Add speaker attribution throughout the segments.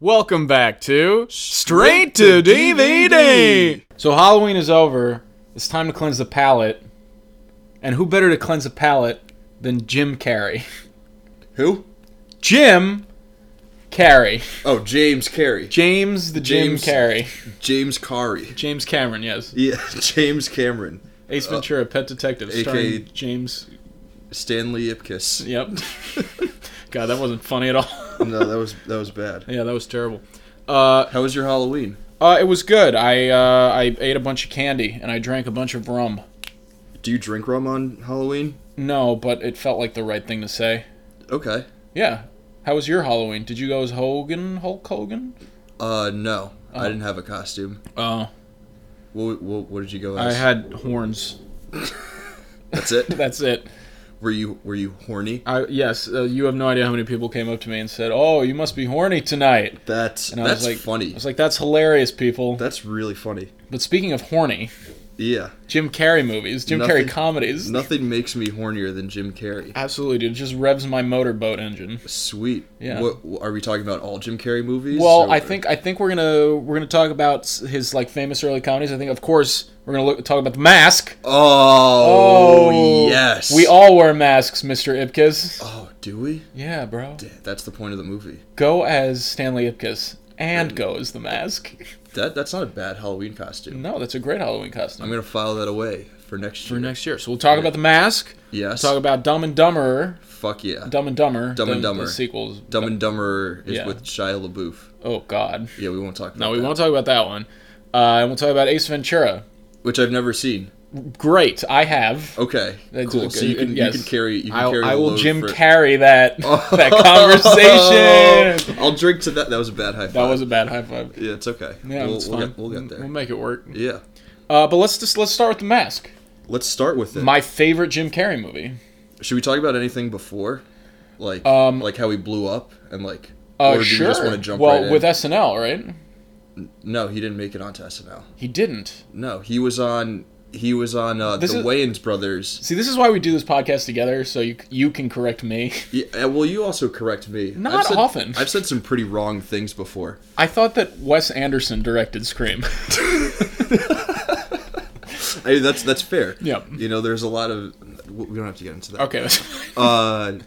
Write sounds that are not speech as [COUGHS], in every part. Speaker 1: Welcome back to Straight to DVD. So Halloween is over. It's time to cleanse the palate. And who better to cleanse the palate than Jim Carrey? [LAUGHS]
Speaker 2: Who?
Speaker 1: Jim Carrey.
Speaker 2: Oh, James Carey.
Speaker 1: James the Jim
Speaker 2: James-
Speaker 1: Carrey.
Speaker 2: James Carey.
Speaker 1: James Cameron, yes.
Speaker 2: Yeah, [LAUGHS] James Cameron.
Speaker 1: Ace Ventura, Pet Detective, starring
Speaker 2: AKA
Speaker 1: James.
Speaker 2: Stanley Ipkiss.
Speaker 1: [LAUGHS] Yep. God, that wasn't funny at all. [LAUGHS]
Speaker 2: No, that was that was bad.
Speaker 1: yeah, that was terrible. Uh,
Speaker 2: How was your Halloween?
Speaker 1: Uh, it was good. I uh, I ate a bunch of candy and I drank a bunch of rum.
Speaker 2: Do you drink rum on Halloween?
Speaker 1: No, but it felt like the right thing to say.
Speaker 2: Okay.
Speaker 1: Yeah. How was your Halloween? Did you go as Hogan, Hulk Hogan?
Speaker 2: Uh, no,
Speaker 1: Oh.
Speaker 2: I didn't have a costume.
Speaker 1: Oh,
Speaker 2: What, what, what did you go
Speaker 1: I
Speaker 2: as?
Speaker 1: had horns.
Speaker 2: That's
Speaker 1: [LAUGHS]
Speaker 2: it.
Speaker 1: That's it.
Speaker 2: were you were you horny?
Speaker 1: I yes. Uh, you have no idea how many people came up to me and said, "Oh, you must be horny tonight."
Speaker 2: That's
Speaker 1: And I
Speaker 2: that's
Speaker 1: was like,
Speaker 2: funny.
Speaker 1: I was like, "That's hilarious, people."
Speaker 2: that's really funny.
Speaker 1: But speaking of horny,
Speaker 2: Yeah.
Speaker 1: Jim Carrey movies, Jim Carrey
Speaker 2: Nothing-
Speaker 1: comedies,
Speaker 2: Nothing makes me hornier than Jim Carrey.
Speaker 1: absolutely, dude, just revs my motorboat engine.
Speaker 2: Sweet.
Speaker 1: Yeah.
Speaker 2: What are we talking about? All Jim Carrey movies?
Speaker 1: Well,
Speaker 2: or-
Speaker 1: I think I think we're gonna we're gonna talk about s- his like famous early comedies. I think, of course, we're gonna look, talk about the mask.
Speaker 2: Oh, yes.
Speaker 1: we all wear masks, Mister Ipkiss.
Speaker 2: Oh, do we?
Speaker 1: Yeah, bro.
Speaker 2: Damn, that's the point of the movie.
Speaker 1: Go as Stanley Ipkiss and go as the mask.
Speaker 2: That that's not a bad Halloween costume.
Speaker 1: No, that's a great Halloween costume
Speaker 2: I'm gonna file that away for next year.
Speaker 1: for next year. So we'll talk about the mask.
Speaker 2: yes.
Speaker 1: Talk about Dumb and Dumber,
Speaker 2: Fuck yeah.
Speaker 1: Dumb and Dumber,
Speaker 2: Dumb and
Speaker 1: the-
Speaker 2: Dumber.
Speaker 1: The sequels.
Speaker 2: Dumb and Dumber is
Speaker 1: Yeah.
Speaker 2: with Shia LaBeouf.
Speaker 1: Oh God.
Speaker 2: Yeah, we won't talk. About
Speaker 1: No, we
Speaker 2: that,
Speaker 1: won't talk about that one. Uh, and we'll talk about Ace Ventura.
Speaker 2: Which I've never seen.
Speaker 1: Great, I have.
Speaker 2: Okay,
Speaker 1: That's
Speaker 2: cool.
Speaker 1: a
Speaker 2: So
Speaker 1: good-
Speaker 2: you can
Speaker 1: yes.
Speaker 2: you can carry you can
Speaker 1: I'll,
Speaker 2: carry.
Speaker 1: I
Speaker 2: the
Speaker 1: will
Speaker 2: load
Speaker 1: Jim
Speaker 2: for-
Speaker 1: carry
Speaker 2: [LAUGHS]
Speaker 1: that that conversation.
Speaker 2: I'll drink to that. That was a bad high five.
Speaker 1: That was a bad high five.
Speaker 2: Yeah, it's okay.
Speaker 1: Yeah,
Speaker 2: we'll,
Speaker 1: it's
Speaker 2: we'll
Speaker 1: fine. Mm-hmm.
Speaker 2: Get, we'll get there.
Speaker 1: We'll make it work.
Speaker 2: Yeah.
Speaker 1: Uh, but let's just let's start with the mask.
Speaker 2: Let's start with it.
Speaker 1: My favorite Jim Carrey movie.
Speaker 2: Should we talk about anything before, like
Speaker 1: Um,
Speaker 2: like how he blew up and like,
Speaker 1: Uh,
Speaker 2: or do
Speaker 1: sure.
Speaker 2: you just want to jump
Speaker 1: well,
Speaker 2: right in?
Speaker 1: with SNL, right?
Speaker 2: no, he didn't make it onto SNL.
Speaker 1: He didn't.
Speaker 2: No, he was on he was on uh, the
Speaker 1: This is-
Speaker 2: Wayans brothers.
Speaker 1: See, this is why we do this podcast together, so you you can correct me.
Speaker 2: Yeah, uh, well, you also correct me.
Speaker 1: Not
Speaker 2: I've said-
Speaker 1: often.
Speaker 2: I've said some pretty wrong things before.
Speaker 1: I thought that Wes Anderson directed Scream. [LAUGHS]
Speaker 2: I mean, that's that's fair.
Speaker 1: Yep.
Speaker 2: You know, there's a lot of we don't have to get into that.
Speaker 1: okay, that's [LAUGHS]
Speaker 2: Uh,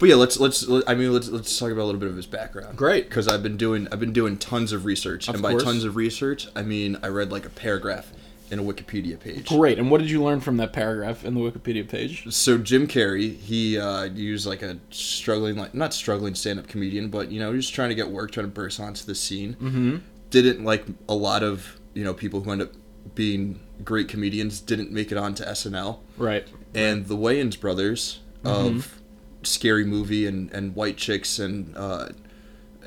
Speaker 2: but yeah, let's let's let, I mean let's let's talk about a little bit of his background.
Speaker 1: Great.
Speaker 2: because I've been doing I've been doing tons of research, and by
Speaker 1: course.
Speaker 2: tons of research I mean I read like a paragraph in a Wikipedia page.
Speaker 1: great. And what did you learn from that paragraph in the Wikipedia page?
Speaker 2: So Jim Carrey, he uh, used like a struggling like not struggling stand up comedian, but you know just trying to get work, trying to burst onto the scene. Mm-hmm. Didn't like a lot of you know people who end up being great comedians didn't make it onto SNL.
Speaker 1: Right. Mm-hmm.
Speaker 2: and the Wayans brothers of Scary Movie and, and White Chicks and uh,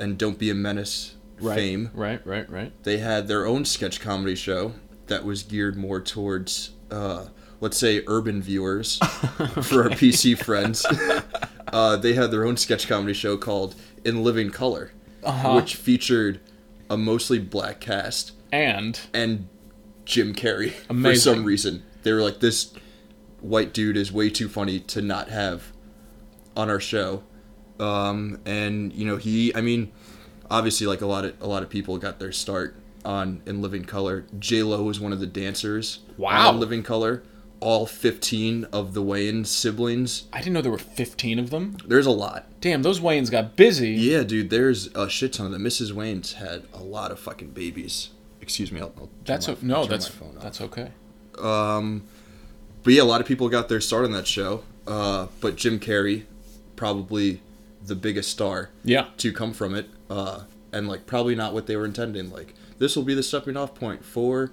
Speaker 2: and Don't Be a Menace
Speaker 1: Right.
Speaker 2: fame.
Speaker 1: Right. Right. Right.
Speaker 2: They had their own sketch comedy show that was geared more towards, uh, let's say, urban
Speaker 1: [LAUGHS]
Speaker 2: viewers for our PC friends. [LAUGHS] uh, they had their own sketch comedy show called In Living Color,
Speaker 1: Uh-huh.
Speaker 2: which featured a mostly black cast
Speaker 1: And
Speaker 2: and Jim Carrey [LAUGHS] for
Speaker 1: Amazing.
Speaker 2: some reason. They were like, this white dude is way too funny to not have on our show. Um, and you know, he, I mean, obviously, like a lot of a lot of people got their start on in Living Color. J Lo was one of the dancers.
Speaker 1: Wow.
Speaker 2: on Living Color. All fifteen of the Wayans siblings.
Speaker 1: I didn't know there were 15 of them.
Speaker 2: There's a lot.
Speaker 1: Damn, those Wayans got busy.
Speaker 2: Yeah, dude. There's a shit ton of them. Mrs. Wayans had a lot of fucking babies. Excuse me. I'll, I'll turn
Speaker 1: that's
Speaker 2: my-
Speaker 1: o- no,
Speaker 2: turn
Speaker 1: that's
Speaker 2: my phone off.
Speaker 1: that's okay.
Speaker 2: But yeah, a lot of people got their start on that show. Uh, but Jim Carrey, probably the biggest star
Speaker 1: Yeah,
Speaker 2: to come from it, uh, and like probably not what they were intending. Like this will be the stepping off point for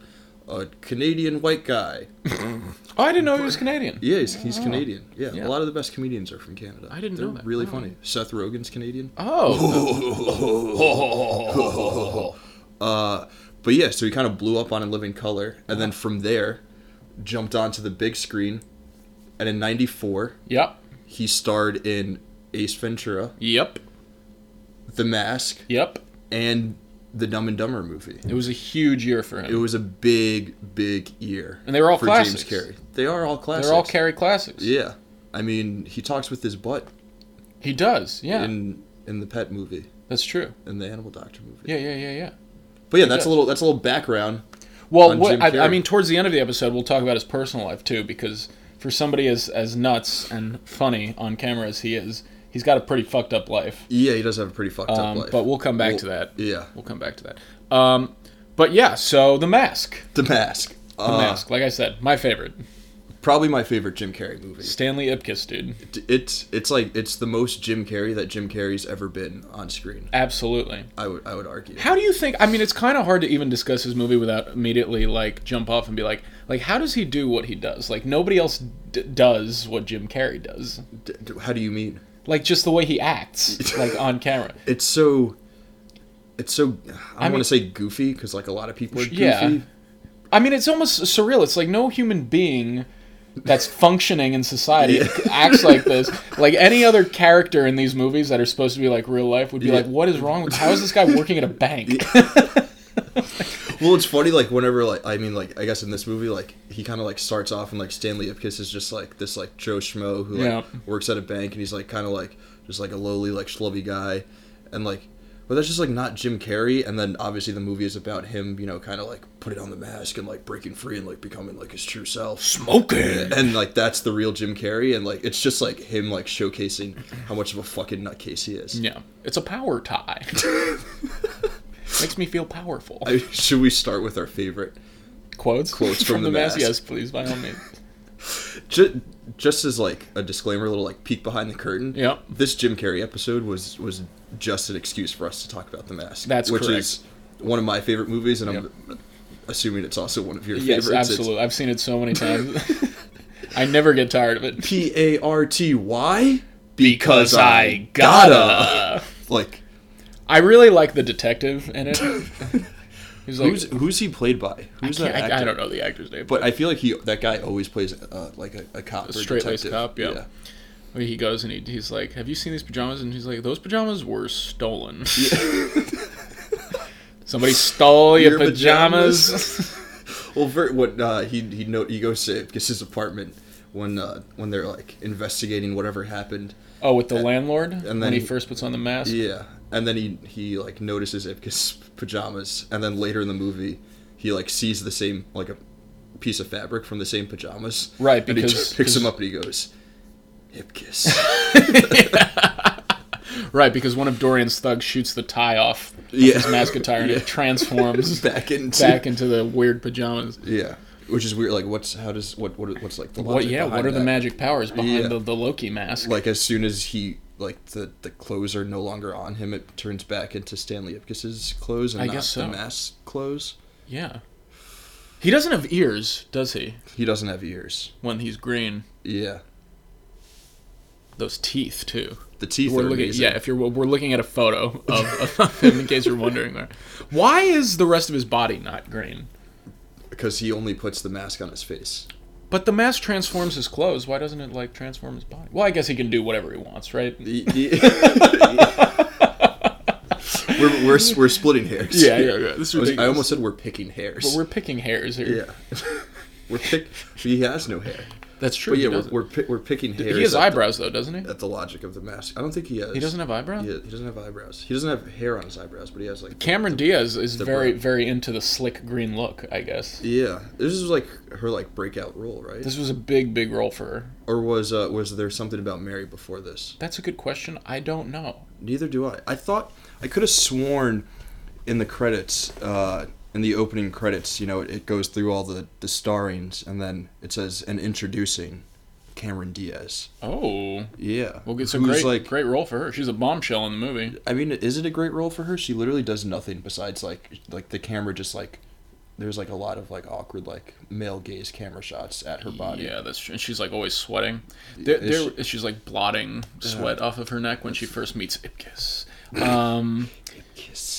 Speaker 2: a Canadian white guy.
Speaker 1: oh, I didn't know he was Canadian.
Speaker 2: Yeah, he's, he's Canadian. Yeah,
Speaker 1: Yeah.
Speaker 2: a lot of the best comedians are from Canada.
Speaker 1: I didn't
Speaker 2: They're
Speaker 1: know that.
Speaker 2: Really
Speaker 1: Oh.
Speaker 2: funny. Seth Rogen's [LAUGHS] Canadian.
Speaker 1: Oh,
Speaker 2: [LAUGHS] Uh, but yeah, so he kind of blew up on In Living Color, and then from there, jumped onto the big screen, and in '94.
Speaker 1: yep,
Speaker 2: He starred in Ace Ventura,
Speaker 1: yep,
Speaker 2: The Mask,
Speaker 1: yep.
Speaker 2: and the Dumb and Dumber movie.
Speaker 1: It was a huge year for
Speaker 2: It
Speaker 1: him.
Speaker 2: was a big, big year.
Speaker 1: And they were all
Speaker 2: for
Speaker 1: classics.
Speaker 2: James Carrey. They are all classics.
Speaker 1: They're all Carrie classics.
Speaker 2: Yeah, I mean, he talks with his butt
Speaker 1: He does. Yeah,
Speaker 2: in in the Pet movie.
Speaker 1: That's true.
Speaker 2: in the Animal Doctor movie.
Speaker 1: Yeah, yeah, yeah, yeah.
Speaker 2: But yeah,
Speaker 1: it
Speaker 2: that's
Speaker 1: does.
Speaker 2: a little that's a little background.
Speaker 1: Well,
Speaker 2: on
Speaker 1: what,
Speaker 2: Jim
Speaker 1: I, I
Speaker 2: Carrey.
Speaker 1: mean, towards the end of the episode, we'll talk about his personal life too, because for somebody as as nuts and funny on camera as he is, he's got a pretty fucked up life.
Speaker 2: Yeah, he does have E a pretty fucked up
Speaker 1: Um,
Speaker 2: life.
Speaker 1: but we'll come back
Speaker 2: Well,
Speaker 1: to that.
Speaker 2: Yeah,
Speaker 1: We'll come back to that. Um, but yeah, so the mask,
Speaker 2: The Mask.
Speaker 1: the
Speaker 2: Uh,
Speaker 1: mask. Like I said, my favorite.
Speaker 2: Probably my favorite Jim Carrey movie.
Speaker 1: Stanley Ipkiss, dude.
Speaker 2: D- It's it's like it's the most Jim Carrey that Jim Carrey's ever been on screen.
Speaker 1: Absolutely.
Speaker 2: I would I would argue.
Speaker 1: How do you think? I mean, it's kind of hard to even discuss his movie without immediately like jump off and be like, like, how does he do what he does? Like nobody else d- does what Jim Carrey does.
Speaker 2: D- d- how do you mean?
Speaker 1: Like just the way he
Speaker 2: [LAUGHS]
Speaker 1: acts, like on camera.
Speaker 2: It's so. It's so. I,
Speaker 1: mean-
Speaker 2: want to say goofy because like a lot of people are goofy.
Speaker 1: Yeah. I mean, it's almost surreal. It's like no human being that's functioning in society
Speaker 2: Yeah.
Speaker 1: [LAUGHS] acts like this. Like any other character in these movies that are supposed to be like real life would be
Speaker 2: Yeah.
Speaker 1: like, what is wrong with? How is this guy working at a bank?
Speaker 2: Well, it's funny like whenever like I mean like I guess in this movie like he kind of like starts off and like Stanley Ipkiss is just like this like Joe schmo who like
Speaker 1: Yeah.
Speaker 2: works at a bank and he's like kind of like just like a lowly like schlubby guy, and like but that's just like not Jim Carrey. And then obviously the movie is about him you know kind of like putting on the mask and like breaking free and like becoming like his true
Speaker 1: [LAUGHS]
Speaker 2: self.
Speaker 1: Smoking.
Speaker 2: and like that's the real Jim Carrey, and like it's just like him like showcasing how much of a fucking nutcase he is.
Speaker 1: Yeah, it's a power tie. [LAUGHS] Makes me feel powerful.
Speaker 2: I- [LAUGHS] should we start with our favorite?
Speaker 1: quotes [LAUGHS]
Speaker 2: Quotes from The Mask.
Speaker 1: Yes, please, by all
Speaker 2: [LAUGHS]
Speaker 1: means.
Speaker 2: Just, just as like a disclaimer, a little like peek behind the curtain.
Speaker 1: Yeah.
Speaker 2: This Jim Carrey episode was was just an excuse for us to talk about the mask.
Speaker 1: That's
Speaker 2: which
Speaker 1: correct.
Speaker 2: is one of my favorite movies, and I'm assuming it's also one of your
Speaker 1: Yes,
Speaker 2: favorites.
Speaker 1: absolutely. I've seen it so
Speaker 2: [LAUGHS]
Speaker 1: many times. [LAUGHS] I never get tired of it.
Speaker 2: P A R T Y.
Speaker 1: Because I gotta.
Speaker 2: Like
Speaker 1: I really like the detective
Speaker 2: [LAUGHS]
Speaker 1: in it. He's like,
Speaker 2: who's who's he played by? Who's
Speaker 1: I,
Speaker 2: that
Speaker 1: can't-
Speaker 2: actor?
Speaker 1: I, I don't know the actor's name, but
Speaker 2: But I feel like he that guy always plays uh, like a, a cop, or
Speaker 1: straight-laced
Speaker 2: detective.
Speaker 1: cop, yeah. he goes and he, he's like, "Have you seen these pajamas?" And he's like, "Those pajamas were
Speaker 2: [LAUGHS]
Speaker 1: stolen. [LAUGHS] Somebody stole Oh, your,
Speaker 2: Your
Speaker 1: pajamas."
Speaker 2: [LAUGHS] Well, Vert, what uh, he he no, he goes to gets his apartment when uh, when they're like investigating whatever happened.
Speaker 1: oh, with the landlord when
Speaker 2: then-
Speaker 1: he first puts on the mask.
Speaker 2: Yeah, and then he he like notices Ipka's pajamas, and then later in the movie, he like sees the same like a piece of fabric from the same pajamas.
Speaker 1: Right,
Speaker 2: and he
Speaker 1: because-
Speaker 2: just picks him
Speaker 1: because-
Speaker 2: up and he goes,
Speaker 1: [LAUGHS]
Speaker 2: [LAUGHS] Ipkiss.
Speaker 1: Right, because one of Dorian's thugs shoots the tie off of
Speaker 2: Yeah.
Speaker 1: his mask attire and
Speaker 2: Yeah.
Speaker 1: it
Speaker 2: [LAUGHS]
Speaker 1: transforms back,
Speaker 2: back into
Speaker 1: into the weird pajamas.
Speaker 2: yeah, which is weird. Like, what's how does what what what's like the
Speaker 1: What?
Speaker 2: logic
Speaker 1: Yeah. What
Speaker 2: behind
Speaker 1: are the
Speaker 2: that?
Speaker 1: magic powers behind
Speaker 2: Yeah.
Speaker 1: the, the Loki mask?
Speaker 2: like as soon as he like the the clothes are no longer on him, it turns back into Stanley Ipkiss's clothes and
Speaker 1: I
Speaker 2: not
Speaker 1: guess so.
Speaker 2: the mask clothes.
Speaker 1: yeah. He doesn't have ears, does he?
Speaker 2: He doesn't have ears.
Speaker 1: When he's green,
Speaker 2: Yeah,
Speaker 1: those teeth too.
Speaker 2: the teeth
Speaker 1: We're
Speaker 2: are
Speaker 1: looking,
Speaker 2: amazing.
Speaker 1: yeah, if you're we're looking at a photo of, of him in case you're wondering there. Why is the rest of his body not green?
Speaker 2: because he only puts the mask on his face.
Speaker 1: But the mask transforms his clothes. Why doesn't it like transform his body? Well, I guess he can do whatever he wants, right?
Speaker 2: He- he-
Speaker 1: [LAUGHS]
Speaker 2: [LAUGHS] we're, we're we're splitting hairs.
Speaker 1: Yeah, yeah, yeah. This is
Speaker 2: I, was- I
Speaker 1: ridiculous.
Speaker 2: almost said we're picking hairs.
Speaker 1: But we're picking hairs here.
Speaker 2: yeah. [LAUGHS] We're pick. He has no hair.
Speaker 1: That's true.
Speaker 2: But yeah,
Speaker 1: he,
Speaker 2: we're
Speaker 1: doesn't.
Speaker 2: we're, pi- we're picking hairs.
Speaker 1: he has
Speaker 2: at the-
Speaker 1: eyebrows though, doesn't he?
Speaker 2: At the logic of the mask, I don't think he has.
Speaker 1: He doesn't have eyebrows.
Speaker 2: He, he doesn't have eyebrows. He doesn't have hair on his eyebrows, but he has like
Speaker 1: Cameron Diaz is very,
Speaker 2: brown.
Speaker 1: very into the slick green look. I guess
Speaker 2: Yeah, this is like her like breakout role, right?
Speaker 1: this was a big, big role for her.
Speaker 2: or was uh, was there something about Mary before this?
Speaker 1: That's a good question. I don't know.
Speaker 2: Neither do I. I thought I could have sworn in the credits, uh, in the opening credits, you know, it, it goes through all the the starrings and then it says and introducing Cameron Diaz.
Speaker 1: Oh,
Speaker 2: Yeah,
Speaker 1: well, it's a
Speaker 2: who's
Speaker 1: great,
Speaker 2: like.
Speaker 1: great role for her. She's a bombshell in the movie.
Speaker 2: I mean, is it a great role for her? She literally does nothing besides like like the camera just like there's like a lot of like awkward like male gaze camera shots at her body.
Speaker 1: Yeah, that's true. And she's like always sweating. There,
Speaker 2: Is
Speaker 1: there, she's like blotting sweat off of her neck when she first meets Ipkiss. Um,
Speaker 2: Kiss.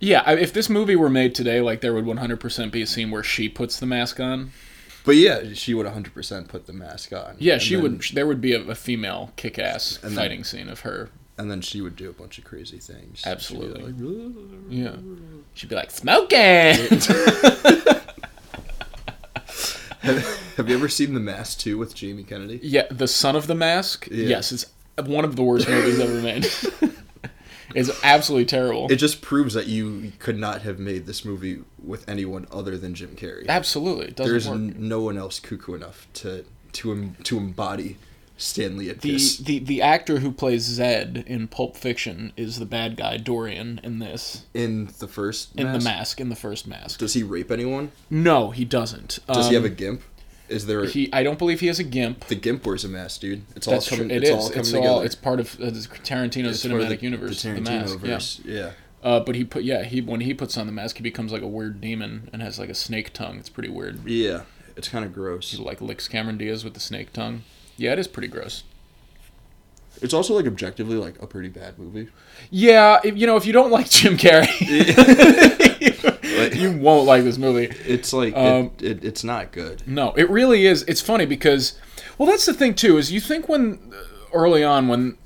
Speaker 1: yeah, I, if this movie were made today, like there would 100% be a scene where she puts the mask on.
Speaker 2: But yeah, she would 100% put the mask on.
Speaker 1: Yeah,
Speaker 2: And
Speaker 1: she
Speaker 2: then-
Speaker 1: would. There would be a, a female kick-ass
Speaker 2: And then-
Speaker 1: fighting scene of her.
Speaker 2: And then she would do a bunch of crazy things.
Speaker 1: Absolutely.
Speaker 2: She'd be
Speaker 1: Yeah, she'd be like smoking.
Speaker 2: [LAUGHS] like, [LAUGHS] have, have you ever seen The Mask 2 with Jamie Kennedy?
Speaker 1: yeah, the son of the mask.
Speaker 2: Yeah.
Speaker 1: Yes, it's one of the worst movies ever made. [LAUGHS] is absolutely terrible.
Speaker 2: It just proves that you could not have made this movie with anyone other than Jim Carrey.
Speaker 1: absolutely, it doesn't
Speaker 2: There's
Speaker 1: work.
Speaker 2: n- no one else cuckoo enough to to em- to embody Stanley at
Speaker 1: the,
Speaker 2: this.
Speaker 1: the the actor who plays Zed in Pulp Fiction is the bad guy Dorian in this
Speaker 2: in the first
Speaker 1: in
Speaker 2: mask,
Speaker 1: the mask in the first mask.
Speaker 2: does he rape anyone?
Speaker 1: No, he doesn't.
Speaker 2: Does he have a
Speaker 1: Um,
Speaker 2: gimp? Is there
Speaker 1: He I don't believe he has a gimp.
Speaker 2: the gimp wears a mask, dude? It's all
Speaker 1: That's true.
Speaker 2: coming.
Speaker 1: It
Speaker 2: it's
Speaker 1: is.
Speaker 2: all coming
Speaker 1: it's
Speaker 2: together.
Speaker 1: all. It's part of uh, Tarantino's
Speaker 2: It's part of
Speaker 1: cinematic universe. The, mask. Yeah.
Speaker 2: Tarantino-verse, yeah.
Speaker 1: Uh, but he put yeah he when he puts on the mask he becomes like a weird demon and has like a snake tongue. It's pretty weird.
Speaker 2: Yeah, it's kind of gross.
Speaker 1: He like licks Cameron Diaz with the snake tongue. Yeah, it is pretty gross.
Speaker 2: It's also like objectively like a pretty bad movie.
Speaker 1: Yeah, if, you know if you don't like Jim
Speaker 2: [LAUGHS]
Speaker 1: Carrey, [LAUGHS] you won't like this movie.
Speaker 2: It's like
Speaker 1: Um,
Speaker 2: it, it, it's not good.
Speaker 1: No, it really is. It's funny because, well, that's the thing too. Is you think when early on when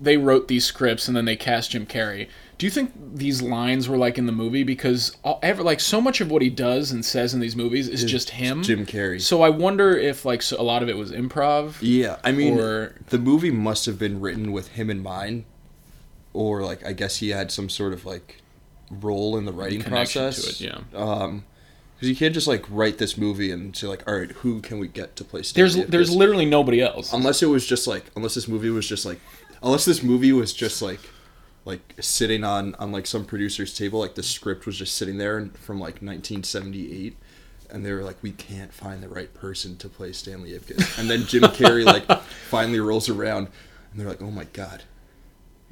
Speaker 1: they wrote these scripts and then they cast Jim Carrey, do you think these lines were like in the movie? Because all, ever like so much of what he does and says in these movies is just him.
Speaker 2: Jim Carrey.
Speaker 1: So I wonder if like so a lot of it was improv.
Speaker 2: yeah, I mean,
Speaker 1: Or-
Speaker 2: the movie must have been written with him in mind, or like I guess he had some sort of like role in the writing
Speaker 1: Connection
Speaker 2: process.
Speaker 1: to it, yeah.
Speaker 2: Um, because you can't just like write this movie and say like, all right, who can we get to play?
Speaker 1: There's
Speaker 2: Stanley at
Speaker 1: there's
Speaker 2: this?"
Speaker 1: literally nobody else.
Speaker 2: unless it was just like unless this movie was just like unless this movie was just like like sitting on on like some producer's table like the script was just sitting there and- from like 1978 and they were like we can't find the right person to play stanley ipkiss and then jim carrey like
Speaker 1: [LAUGHS]
Speaker 2: finally rolls around and they're like oh my god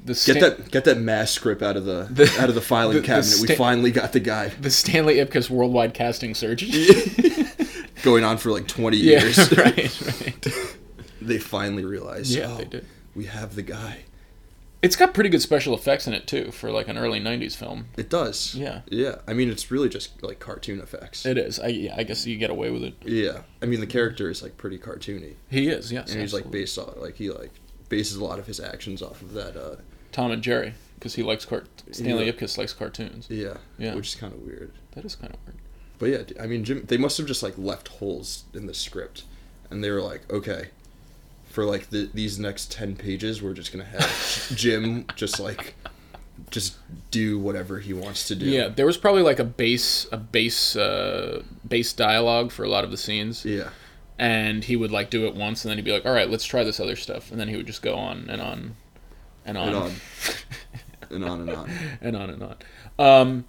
Speaker 1: the
Speaker 2: get
Speaker 1: Stan-
Speaker 2: that get that mass script out of the, out of the filing
Speaker 1: [LAUGHS] the- the
Speaker 2: cabinet we
Speaker 1: Stan-
Speaker 2: finally got the guy
Speaker 1: [LAUGHS] the Stanley Ipkiss worldwide casting search.
Speaker 2: [LAUGHS] going on for like
Speaker 1: [LAUGHS]
Speaker 2: 20
Speaker 1: yeah, [LAUGHS]
Speaker 2: years [LAUGHS]
Speaker 1: right, right.
Speaker 2: they finally realized
Speaker 1: Yeah,
Speaker 2: oh,
Speaker 1: they did.
Speaker 2: we have the guy
Speaker 1: It's got pretty good special effects in it too for like an early '90s film.
Speaker 2: It does.
Speaker 1: Yeah.
Speaker 2: Yeah. I mean, it's really just like cartoon effects.
Speaker 1: It is. I, yeah, I guess you get away with it.
Speaker 2: yeah. I mean, the character is like pretty cartoony,
Speaker 1: He is. Yes.
Speaker 2: and he's like
Speaker 1: absolutely.
Speaker 2: based off like he like bases a lot of his actions off of that. uh
Speaker 1: Tom and Jerry because he likes cart. Stanley
Speaker 2: Yeah.
Speaker 1: Ipkiss likes cartoons.
Speaker 2: Yeah.
Speaker 1: Yeah.
Speaker 2: Which is kind of weird.
Speaker 1: That is kind of weird.
Speaker 2: But yeah, I mean, Jim, they must have just like left holes in the script, and they were like, okay. For like the, these next ten pages, we're just gonna
Speaker 1: [LAUGHS]
Speaker 2: have Jim just like, just do whatever he wants to do.
Speaker 1: Yeah. there was probably like a base, a base, uh, base dialogue for a lot of the scenes,
Speaker 2: yeah,
Speaker 1: and he would like do it once, and then he'd be like, "All right, let's try this other stuff," and then he would just go on and on, and on
Speaker 2: and
Speaker 1: and
Speaker 2: on,
Speaker 1: on
Speaker 2: um, and on and on.
Speaker 1: and on. And on. Um,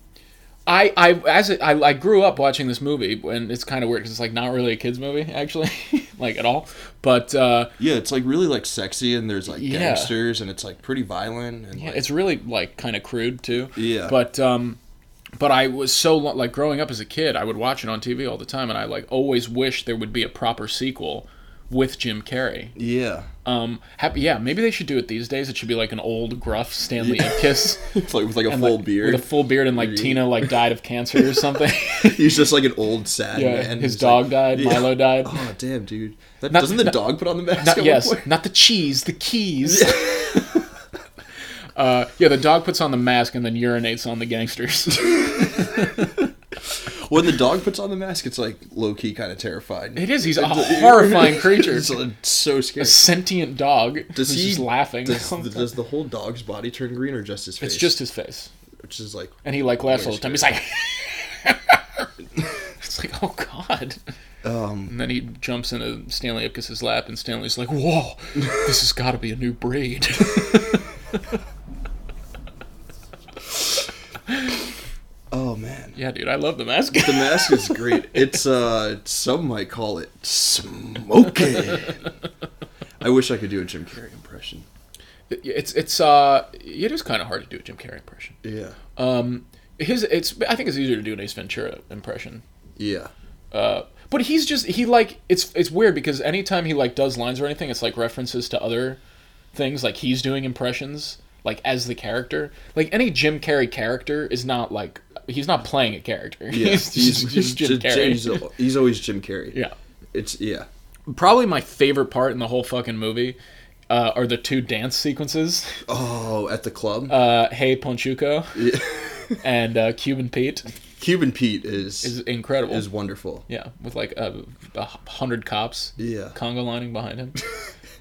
Speaker 1: I, I as it, I, I grew up watching this movie and it's kind of weird because it's like not really a kids movie [LAUGHS] actually like at all but uh,
Speaker 2: Yeah, it's like really like sexy, and there's like
Speaker 1: Yeah.
Speaker 2: gangsters, and it's like pretty violent, and
Speaker 1: Yeah,
Speaker 2: like,
Speaker 1: it's really like kind of crude too.
Speaker 2: Yeah.
Speaker 1: But um, but I was so lo- like growing up as a kid, I would watch it on TV all the time, and I like always wished there would be a proper sequel with Jim Carrey.
Speaker 2: yeah, [LAUGHS]
Speaker 1: Um, happy, yeah, maybe they should do it these days. It should be like an old gruff Stanley Ipkiss.
Speaker 2: it's like with like a
Speaker 1: and,
Speaker 2: [LAUGHS] full
Speaker 1: like,
Speaker 2: beard.
Speaker 1: with a full beard, and like Tina like died of cancer or
Speaker 2: [LAUGHS]
Speaker 1: something.
Speaker 2: He's just like an old sad
Speaker 1: yeah,
Speaker 2: man.
Speaker 1: his
Speaker 2: He's
Speaker 1: dog
Speaker 2: like-
Speaker 1: died.
Speaker 2: Yeah.
Speaker 1: Milo
Speaker 2: [LAUGHS]
Speaker 1: died.
Speaker 2: Oh damn, dude! That,
Speaker 1: Not-
Speaker 2: doesn't the
Speaker 1: not-
Speaker 2: dog put on the mask?
Speaker 1: Not,
Speaker 2: at one [LAUGHS]
Speaker 1: yes,
Speaker 2: point?
Speaker 1: not the cheese, the keys. [LAUGHS] uh, yeah, the dog puts on the mask and then urinates on the gangsters.
Speaker 2: [LAUGHS] When the dog puts on the mask, it's like low key kind of terrified.
Speaker 1: It is. He's a [LAUGHS]
Speaker 2: [LAUGHS]
Speaker 1: horrifying creature.
Speaker 2: It's, uh, so scary.
Speaker 1: a sentient dog
Speaker 2: Does
Speaker 1: who's
Speaker 2: he-
Speaker 1: just laughing. [LAUGHS]
Speaker 2: Does,
Speaker 1: all the time.
Speaker 2: does the whole dog's body turn green or just his face?
Speaker 1: it's just his face,
Speaker 2: which is like
Speaker 1: and he like laughs all
Speaker 2: Very
Speaker 1: the time. He's like, [LAUGHS] it's like, oh god.
Speaker 2: um
Speaker 1: And then he jumps into Stanley Ipkiss's lap, and Stanley's like, whoa, this has got to be a new breed. [LAUGHS]
Speaker 2: oh man.
Speaker 1: yeah, dude, I love the mask. [LAUGHS]
Speaker 2: The mask is great. It's uh some might call it smoking. I wish I could do a Jim Carrey impression.
Speaker 1: it's it's uh, it is kind of hard to do a Jim Carrey impression.
Speaker 2: Yeah.
Speaker 1: Um, his it's I think it's easier to do an Ace Ventura impression
Speaker 2: Yeah.
Speaker 1: Uh, but he's just he like it's it's weird because anytime he like does lines or anything, it's like references to other things. Like he's doing impressions like as the character. Like any Jim Carrey character is not like he's not playing a character. [LAUGHS]
Speaker 2: Yeah.
Speaker 1: [LAUGHS] he's, just, just Jim Carrey.
Speaker 2: He's, al- he's always Jim Carrey.
Speaker 1: yeah.
Speaker 2: It's yeah.
Speaker 1: Probably my favorite part in the whole fucking movie uh, are the two dance sequences.
Speaker 2: Oh, at the club.
Speaker 1: Uh, hey [LAUGHS] Ponchuco
Speaker 2: Yeah. [LAUGHS]
Speaker 1: and uh, Cuban Pete
Speaker 2: Cuban Pete is
Speaker 1: is
Speaker 2: is,
Speaker 1: incredible.
Speaker 2: wonderful.
Speaker 1: yeah, with like a, a hundred cops
Speaker 2: Yeah. [LAUGHS]
Speaker 1: conga lining behind him.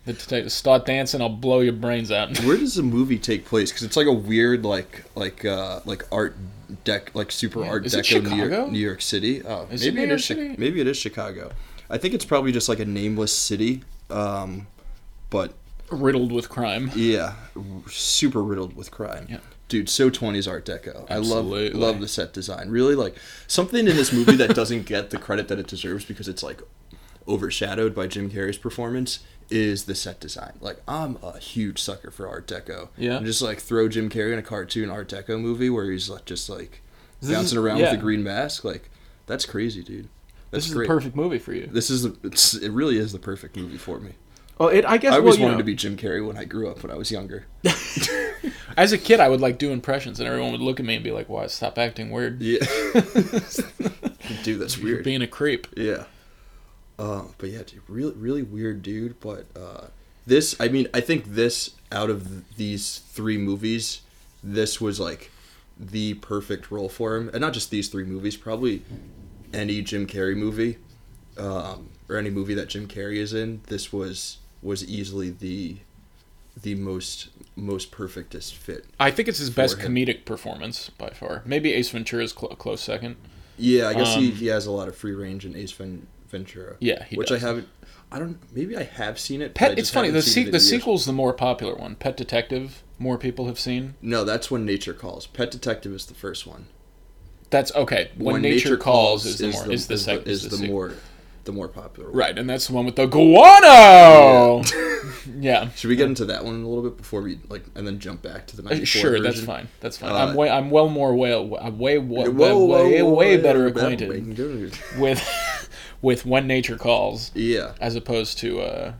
Speaker 1: The detective start dancing, I'll blow your brains out. [LAUGHS]
Speaker 2: Where does the movie take place? Because it's like a weird, like like uh like art deck, like super art
Speaker 1: Is it
Speaker 2: deco New
Speaker 1: Chicago?
Speaker 2: York, New York City. Oh,
Speaker 1: Is it
Speaker 2: maybe
Speaker 1: New York
Speaker 2: is. Chi-
Speaker 1: City?
Speaker 2: Maybe it is Chicago. I think it's probably just like a nameless city. Um, but
Speaker 1: Riddled with crime.
Speaker 2: yeah, r- super riddled with crime.
Speaker 1: Yeah.
Speaker 2: Dude, so 20s Art Deco. I
Speaker 1: Absolutely.
Speaker 2: love love the set design. Really like something in this movie that doesn't get the credit that it deserves because it's like overshadowed by Jim Carrey's performance is the set design. Like I'm a huge sucker for Art Deco.
Speaker 1: Yeah.
Speaker 2: And just like throw Jim Carrey in a cartoon Art Deco movie where he's like just like
Speaker 1: is-
Speaker 2: bouncing around
Speaker 1: yeah.
Speaker 2: with a green mask. Like that's crazy, dude. That's
Speaker 1: This is
Speaker 2: great.
Speaker 1: the perfect movie for you.
Speaker 2: this is the, it's, it really is the perfect movie for me.
Speaker 1: Well, it, I guess
Speaker 2: I
Speaker 1: well,
Speaker 2: always
Speaker 1: you
Speaker 2: wanted
Speaker 1: know,
Speaker 2: to be Jim Carrey when I grew up when I was younger.
Speaker 1: As a kid, I would like do impressions, and everyone would look at me and be like, "Why stop acting weird?
Speaker 2: Yeah.
Speaker 1: [LAUGHS]
Speaker 2: dude, that's
Speaker 1: You're
Speaker 2: weird.
Speaker 1: being a creep."
Speaker 2: yeah. Uh, but yeah, dude, really, really weird, dude. But uh, this, I mean, I think this out of th- these three movies, this was like the perfect role for him, and not just these three movies, probably any Jim Carrey movie, um, or any movie that Jim Carrey is in. This was was easily the the most most perfectest fit.
Speaker 1: I think it's his best
Speaker 2: him.
Speaker 1: comedic performance by far. Maybe Ace Ventura is cl- a close second.
Speaker 2: Yeah, I guess he, he has a lot of free range in Ace Ven- Ventura.
Speaker 1: Um, Yeah, he
Speaker 2: which
Speaker 1: does.
Speaker 2: I haven't. I don't. Maybe I have seen it. but I
Speaker 1: Pet.
Speaker 2: just
Speaker 1: It's funny.
Speaker 2: haven't
Speaker 1: The
Speaker 2: seen
Speaker 1: se-
Speaker 2: it in
Speaker 1: the
Speaker 2: years.
Speaker 1: sequel's the more popular one. Pet Detective. More people have seen.
Speaker 2: No, that's when Nature Calls. Pet Detective is the first one.
Speaker 1: That's okay. When, nature, calls, is the more is the sec-
Speaker 2: is the
Speaker 1: sequel.
Speaker 2: more the more popular. One.
Speaker 1: right, and that's the one with the guano.
Speaker 2: [LAUGHS]
Speaker 1: yeah.
Speaker 2: Should we get into that one a little bit before we like, and then jump back to the
Speaker 1: Uh,
Speaker 2: ninety four?
Speaker 1: Sure, that's fine. That's fine.
Speaker 2: Uh,
Speaker 1: I'm way, I'm well more way, I'm way, way,
Speaker 2: Whoa, whoa,
Speaker 1: way,
Speaker 2: whoa,
Speaker 1: way
Speaker 2: whoa,
Speaker 1: better
Speaker 2: whoa,
Speaker 1: acquainted
Speaker 2: whoa.
Speaker 1: with, [LAUGHS] with when nature calls
Speaker 2: Yeah,
Speaker 1: as opposed to, uh,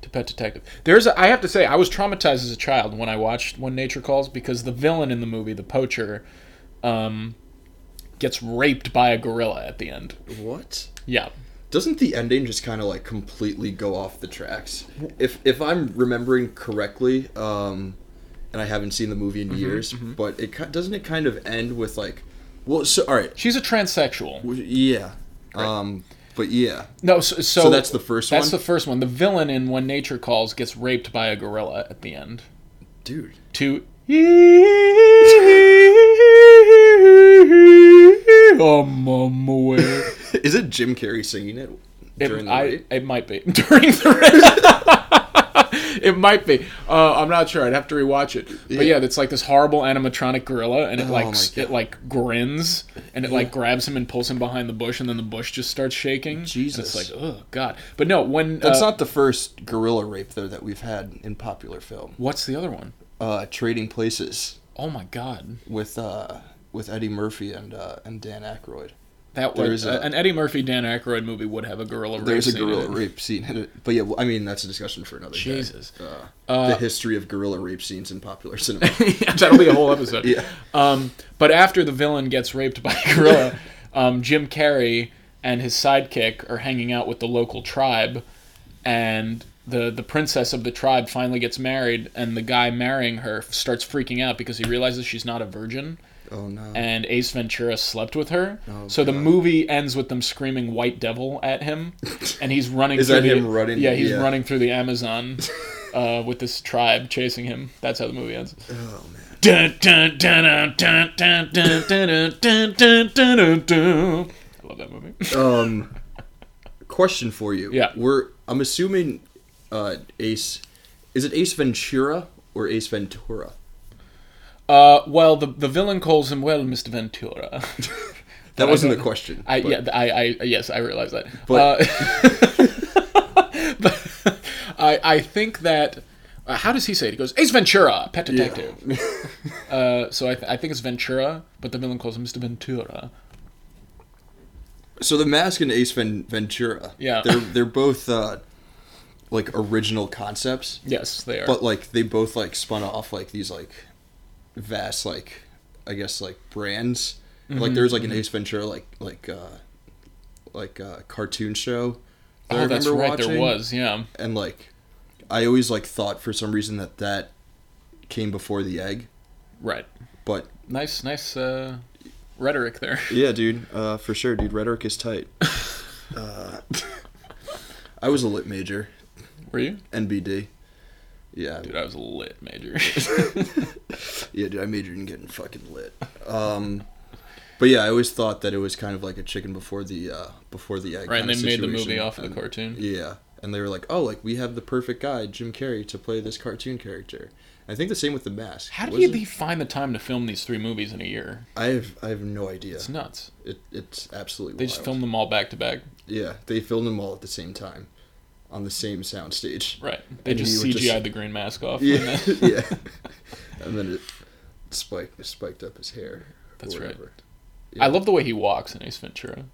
Speaker 1: to Pet Detective. There's, a, I have to say, I was traumatized as a child when I watched When Nature Calls because the villain in the movie, the poacher, um, gets raped by a gorilla at the end.
Speaker 2: what?
Speaker 1: Yeah.
Speaker 2: Doesn't the ending just kind of like completely go off the tracks? If if I'm remembering correctly, um, and I haven't seen the movie in
Speaker 1: Mm-hmm,
Speaker 2: years, but it ki- doesn't it kind of end with like, well, so all right,
Speaker 1: She's a transsexual.
Speaker 2: w- yeah, um, but yeah,
Speaker 1: No, so, so,
Speaker 2: so that's the first
Speaker 1: that's
Speaker 2: one,
Speaker 1: the first one. The villain in When Nature Calls gets raped by a gorilla at the end. [LAUGHS]
Speaker 2: dude.
Speaker 1: to I'm, I'm aware.
Speaker 2: Is it Jim Carrey singing it during
Speaker 1: It,
Speaker 2: the
Speaker 1: I,
Speaker 2: rate?
Speaker 1: it might be [LAUGHS] during the [LAUGHS] it might be. Uh, I'm not sure. I'd have to rewatch it. But yeah, it's like this horrible animatronic gorilla, and it like
Speaker 2: Oh my
Speaker 1: s-
Speaker 2: God.
Speaker 1: it like grins, and it like grabs him and pulls him behind the bush, and then the bush just starts shaking.
Speaker 2: Jesus.
Speaker 1: and it's like oh god. But no, when
Speaker 2: That's
Speaker 1: uh,
Speaker 2: not the first gorilla rape though that we've had in popular film.
Speaker 1: what's the other one?
Speaker 2: Uh, Trading Places
Speaker 1: Oh my god,
Speaker 2: with uh, with Eddie Murphy and uh, and Dan Aykroyd.
Speaker 1: that
Speaker 2: There
Speaker 1: was
Speaker 2: is a-
Speaker 1: an Eddie Murphy, Dan Aykroyd movie would have a gorilla. rape
Speaker 2: There's a
Speaker 1: scene in
Speaker 2: gorilla
Speaker 1: it.
Speaker 2: rape scene in it. But yeah, well, I mean, that's a discussion for another day.
Speaker 1: Jesus.
Speaker 2: Uh,
Speaker 1: Uh,
Speaker 2: the history of gorilla rape scenes in popular cinema.
Speaker 1: [LAUGHS] Yeah, that'll be a whole episode.
Speaker 2: [LAUGHS] Yeah.
Speaker 1: Um, but after the villain gets raped by a
Speaker 2: [LAUGHS]
Speaker 1: gorilla, um, Jim Carrey and his sidekick are hanging out with the local tribe, and the the princess of the tribe finally gets married, and the guy marrying her starts freaking out because he realizes she's not a virgin,
Speaker 2: oh, no.
Speaker 1: and Ace Ventura slept with her.
Speaker 2: Oh,
Speaker 1: so the
Speaker 2: God.
Speaker 1: movie ends with them screaming "White Devil" at him, and
Speaker 2: [LAUGHS]
Speaker 1: he's running.
Speaker 2: Is
Speaker 1: through
Speaker 2: that
Speaker 1: the,
Speaker 2: him running?
Speaker 1: Yeah, he's
Speaker 2: Yeah.
Speaker 1: running through the
Speaker 2: [LAUGHS]
Speaker 1: Amazon. Uh, with this tribe chasing him. That's how the movie ends.
Speaker 2: oh, man.
Speaker 1: Dun, dun, dun, dun, dun, dun, dun, dun, dun, dun, dun, dun, dun. I love that movie.
Speaker 2: Um, question for you.
Speaker 1: Yeah.
Speaker 2: We're, I'm assuming uh, Ace. Is it Ace Ventura or Ace Ventura?
Speaker 1: Uh, well, the the villain calls him well, Mr. Ventura. [LAUGHS]
Speaker 2: That
Speaker 1: I
Speaker 2: wasn't the
Speaker 1: don't-
Speaker 2: question.
Speaker 1: I
Speaker 2: but-
Speaker 1: yeah, I, I yes, I realize that. uh,
Speaker 2: But-
Speaker 1: [LAUGHS] but I I think that uh, how does he say it? He goes Ace Ventura, Pet Detective. Uh, so I, th- I think it's Ventura, but the villain calls him Mr. Ventura.
Speaker 2: [LAUGHS] So the mask and Ace Ven- Ventura.
Speaker 1: Yeah.
Speaker 2: They're they're both uh, like original concepts.
Speaker 1: Yes, they are.
Speaker 2: but like they both like spun off like these like vast like i guess like brands
Speaker 1: Mm-hmm,
Speaker 2: like there was like an ace ventura like like uh like uh cartoon show that
Speaker 1: oh, that's right. There
Speaker 2: watching.
Speaker 1: was yeah.
Speaker 2: and like i always like thought for some reason that that came before the egg
Speaker 1: Right.
Speaker 2: but
Speaker 1: Nice nice uh, rhetoric there.
Speaker 2: yeah dude uh for
Speaker 1: [LAUGHS]
Speaker 2: sure [LAUGHS] dude rhetoric is tight uh, i was a lit major
Speaker 1: Were you?
Speaker 2: NBD. Yeah,
Speaker 1: Dude, I was a lit
Speaker 2: [LAUGHS]
Speaker 1: major.
Speaker 2: yeah, dude. I majored in getting fucking lit. Um, but yeah, I always thought that it was kind of like a chicken before the uh, before the egg.
Speaker 1: [LAUGHS] right, and
Speaker 2: kind
Speaker 1: they
Speaker 2: of
Speaker 1: made the
Speaker 2: situation.
Speaker 1: movie off of the
Speaker 2: And-
Speaker 1: cartoon.
Speaker 2: Yeah, and they were like, "Oh, like we have the perfect guy, Jim Carrey, to play this cartoon character." I think the same with the mask.
Speaker 1: How
Speaker 2: Was
Speaker 1: did
Speaker 2: it-
Speaker 1: they find the time to film these three movies in a year?
Speaker 2: I have I have no idea.
Speaker 1: It's nuts.
Speaker 2: It, it's absolutely.
Speaker 1: They just
Speaker 2: wild.
Speaker 1: filmed them all back to back.
Speaker 2: Yeah, they filmed them all at the same time, on the same soundstage.
Speaker 1: Right. They
Speaker 2: And
Speaker 1: just
Speaker 2: he
Speaker 1: CGI'd
Speaker 2: would just-
Speaker 1: the green mask off. and [LAUGHS]
Speaker 2: [LAUGHS] Yeah, [LAUGHS]
Speaker 1: then-
Speaker 2: yeah. And then it spiked it spiked up his hair.
Speaker 1: That's right.
Speaker 2: Yeah.
Speaker 1: I love the way he walks in Ace Ventura.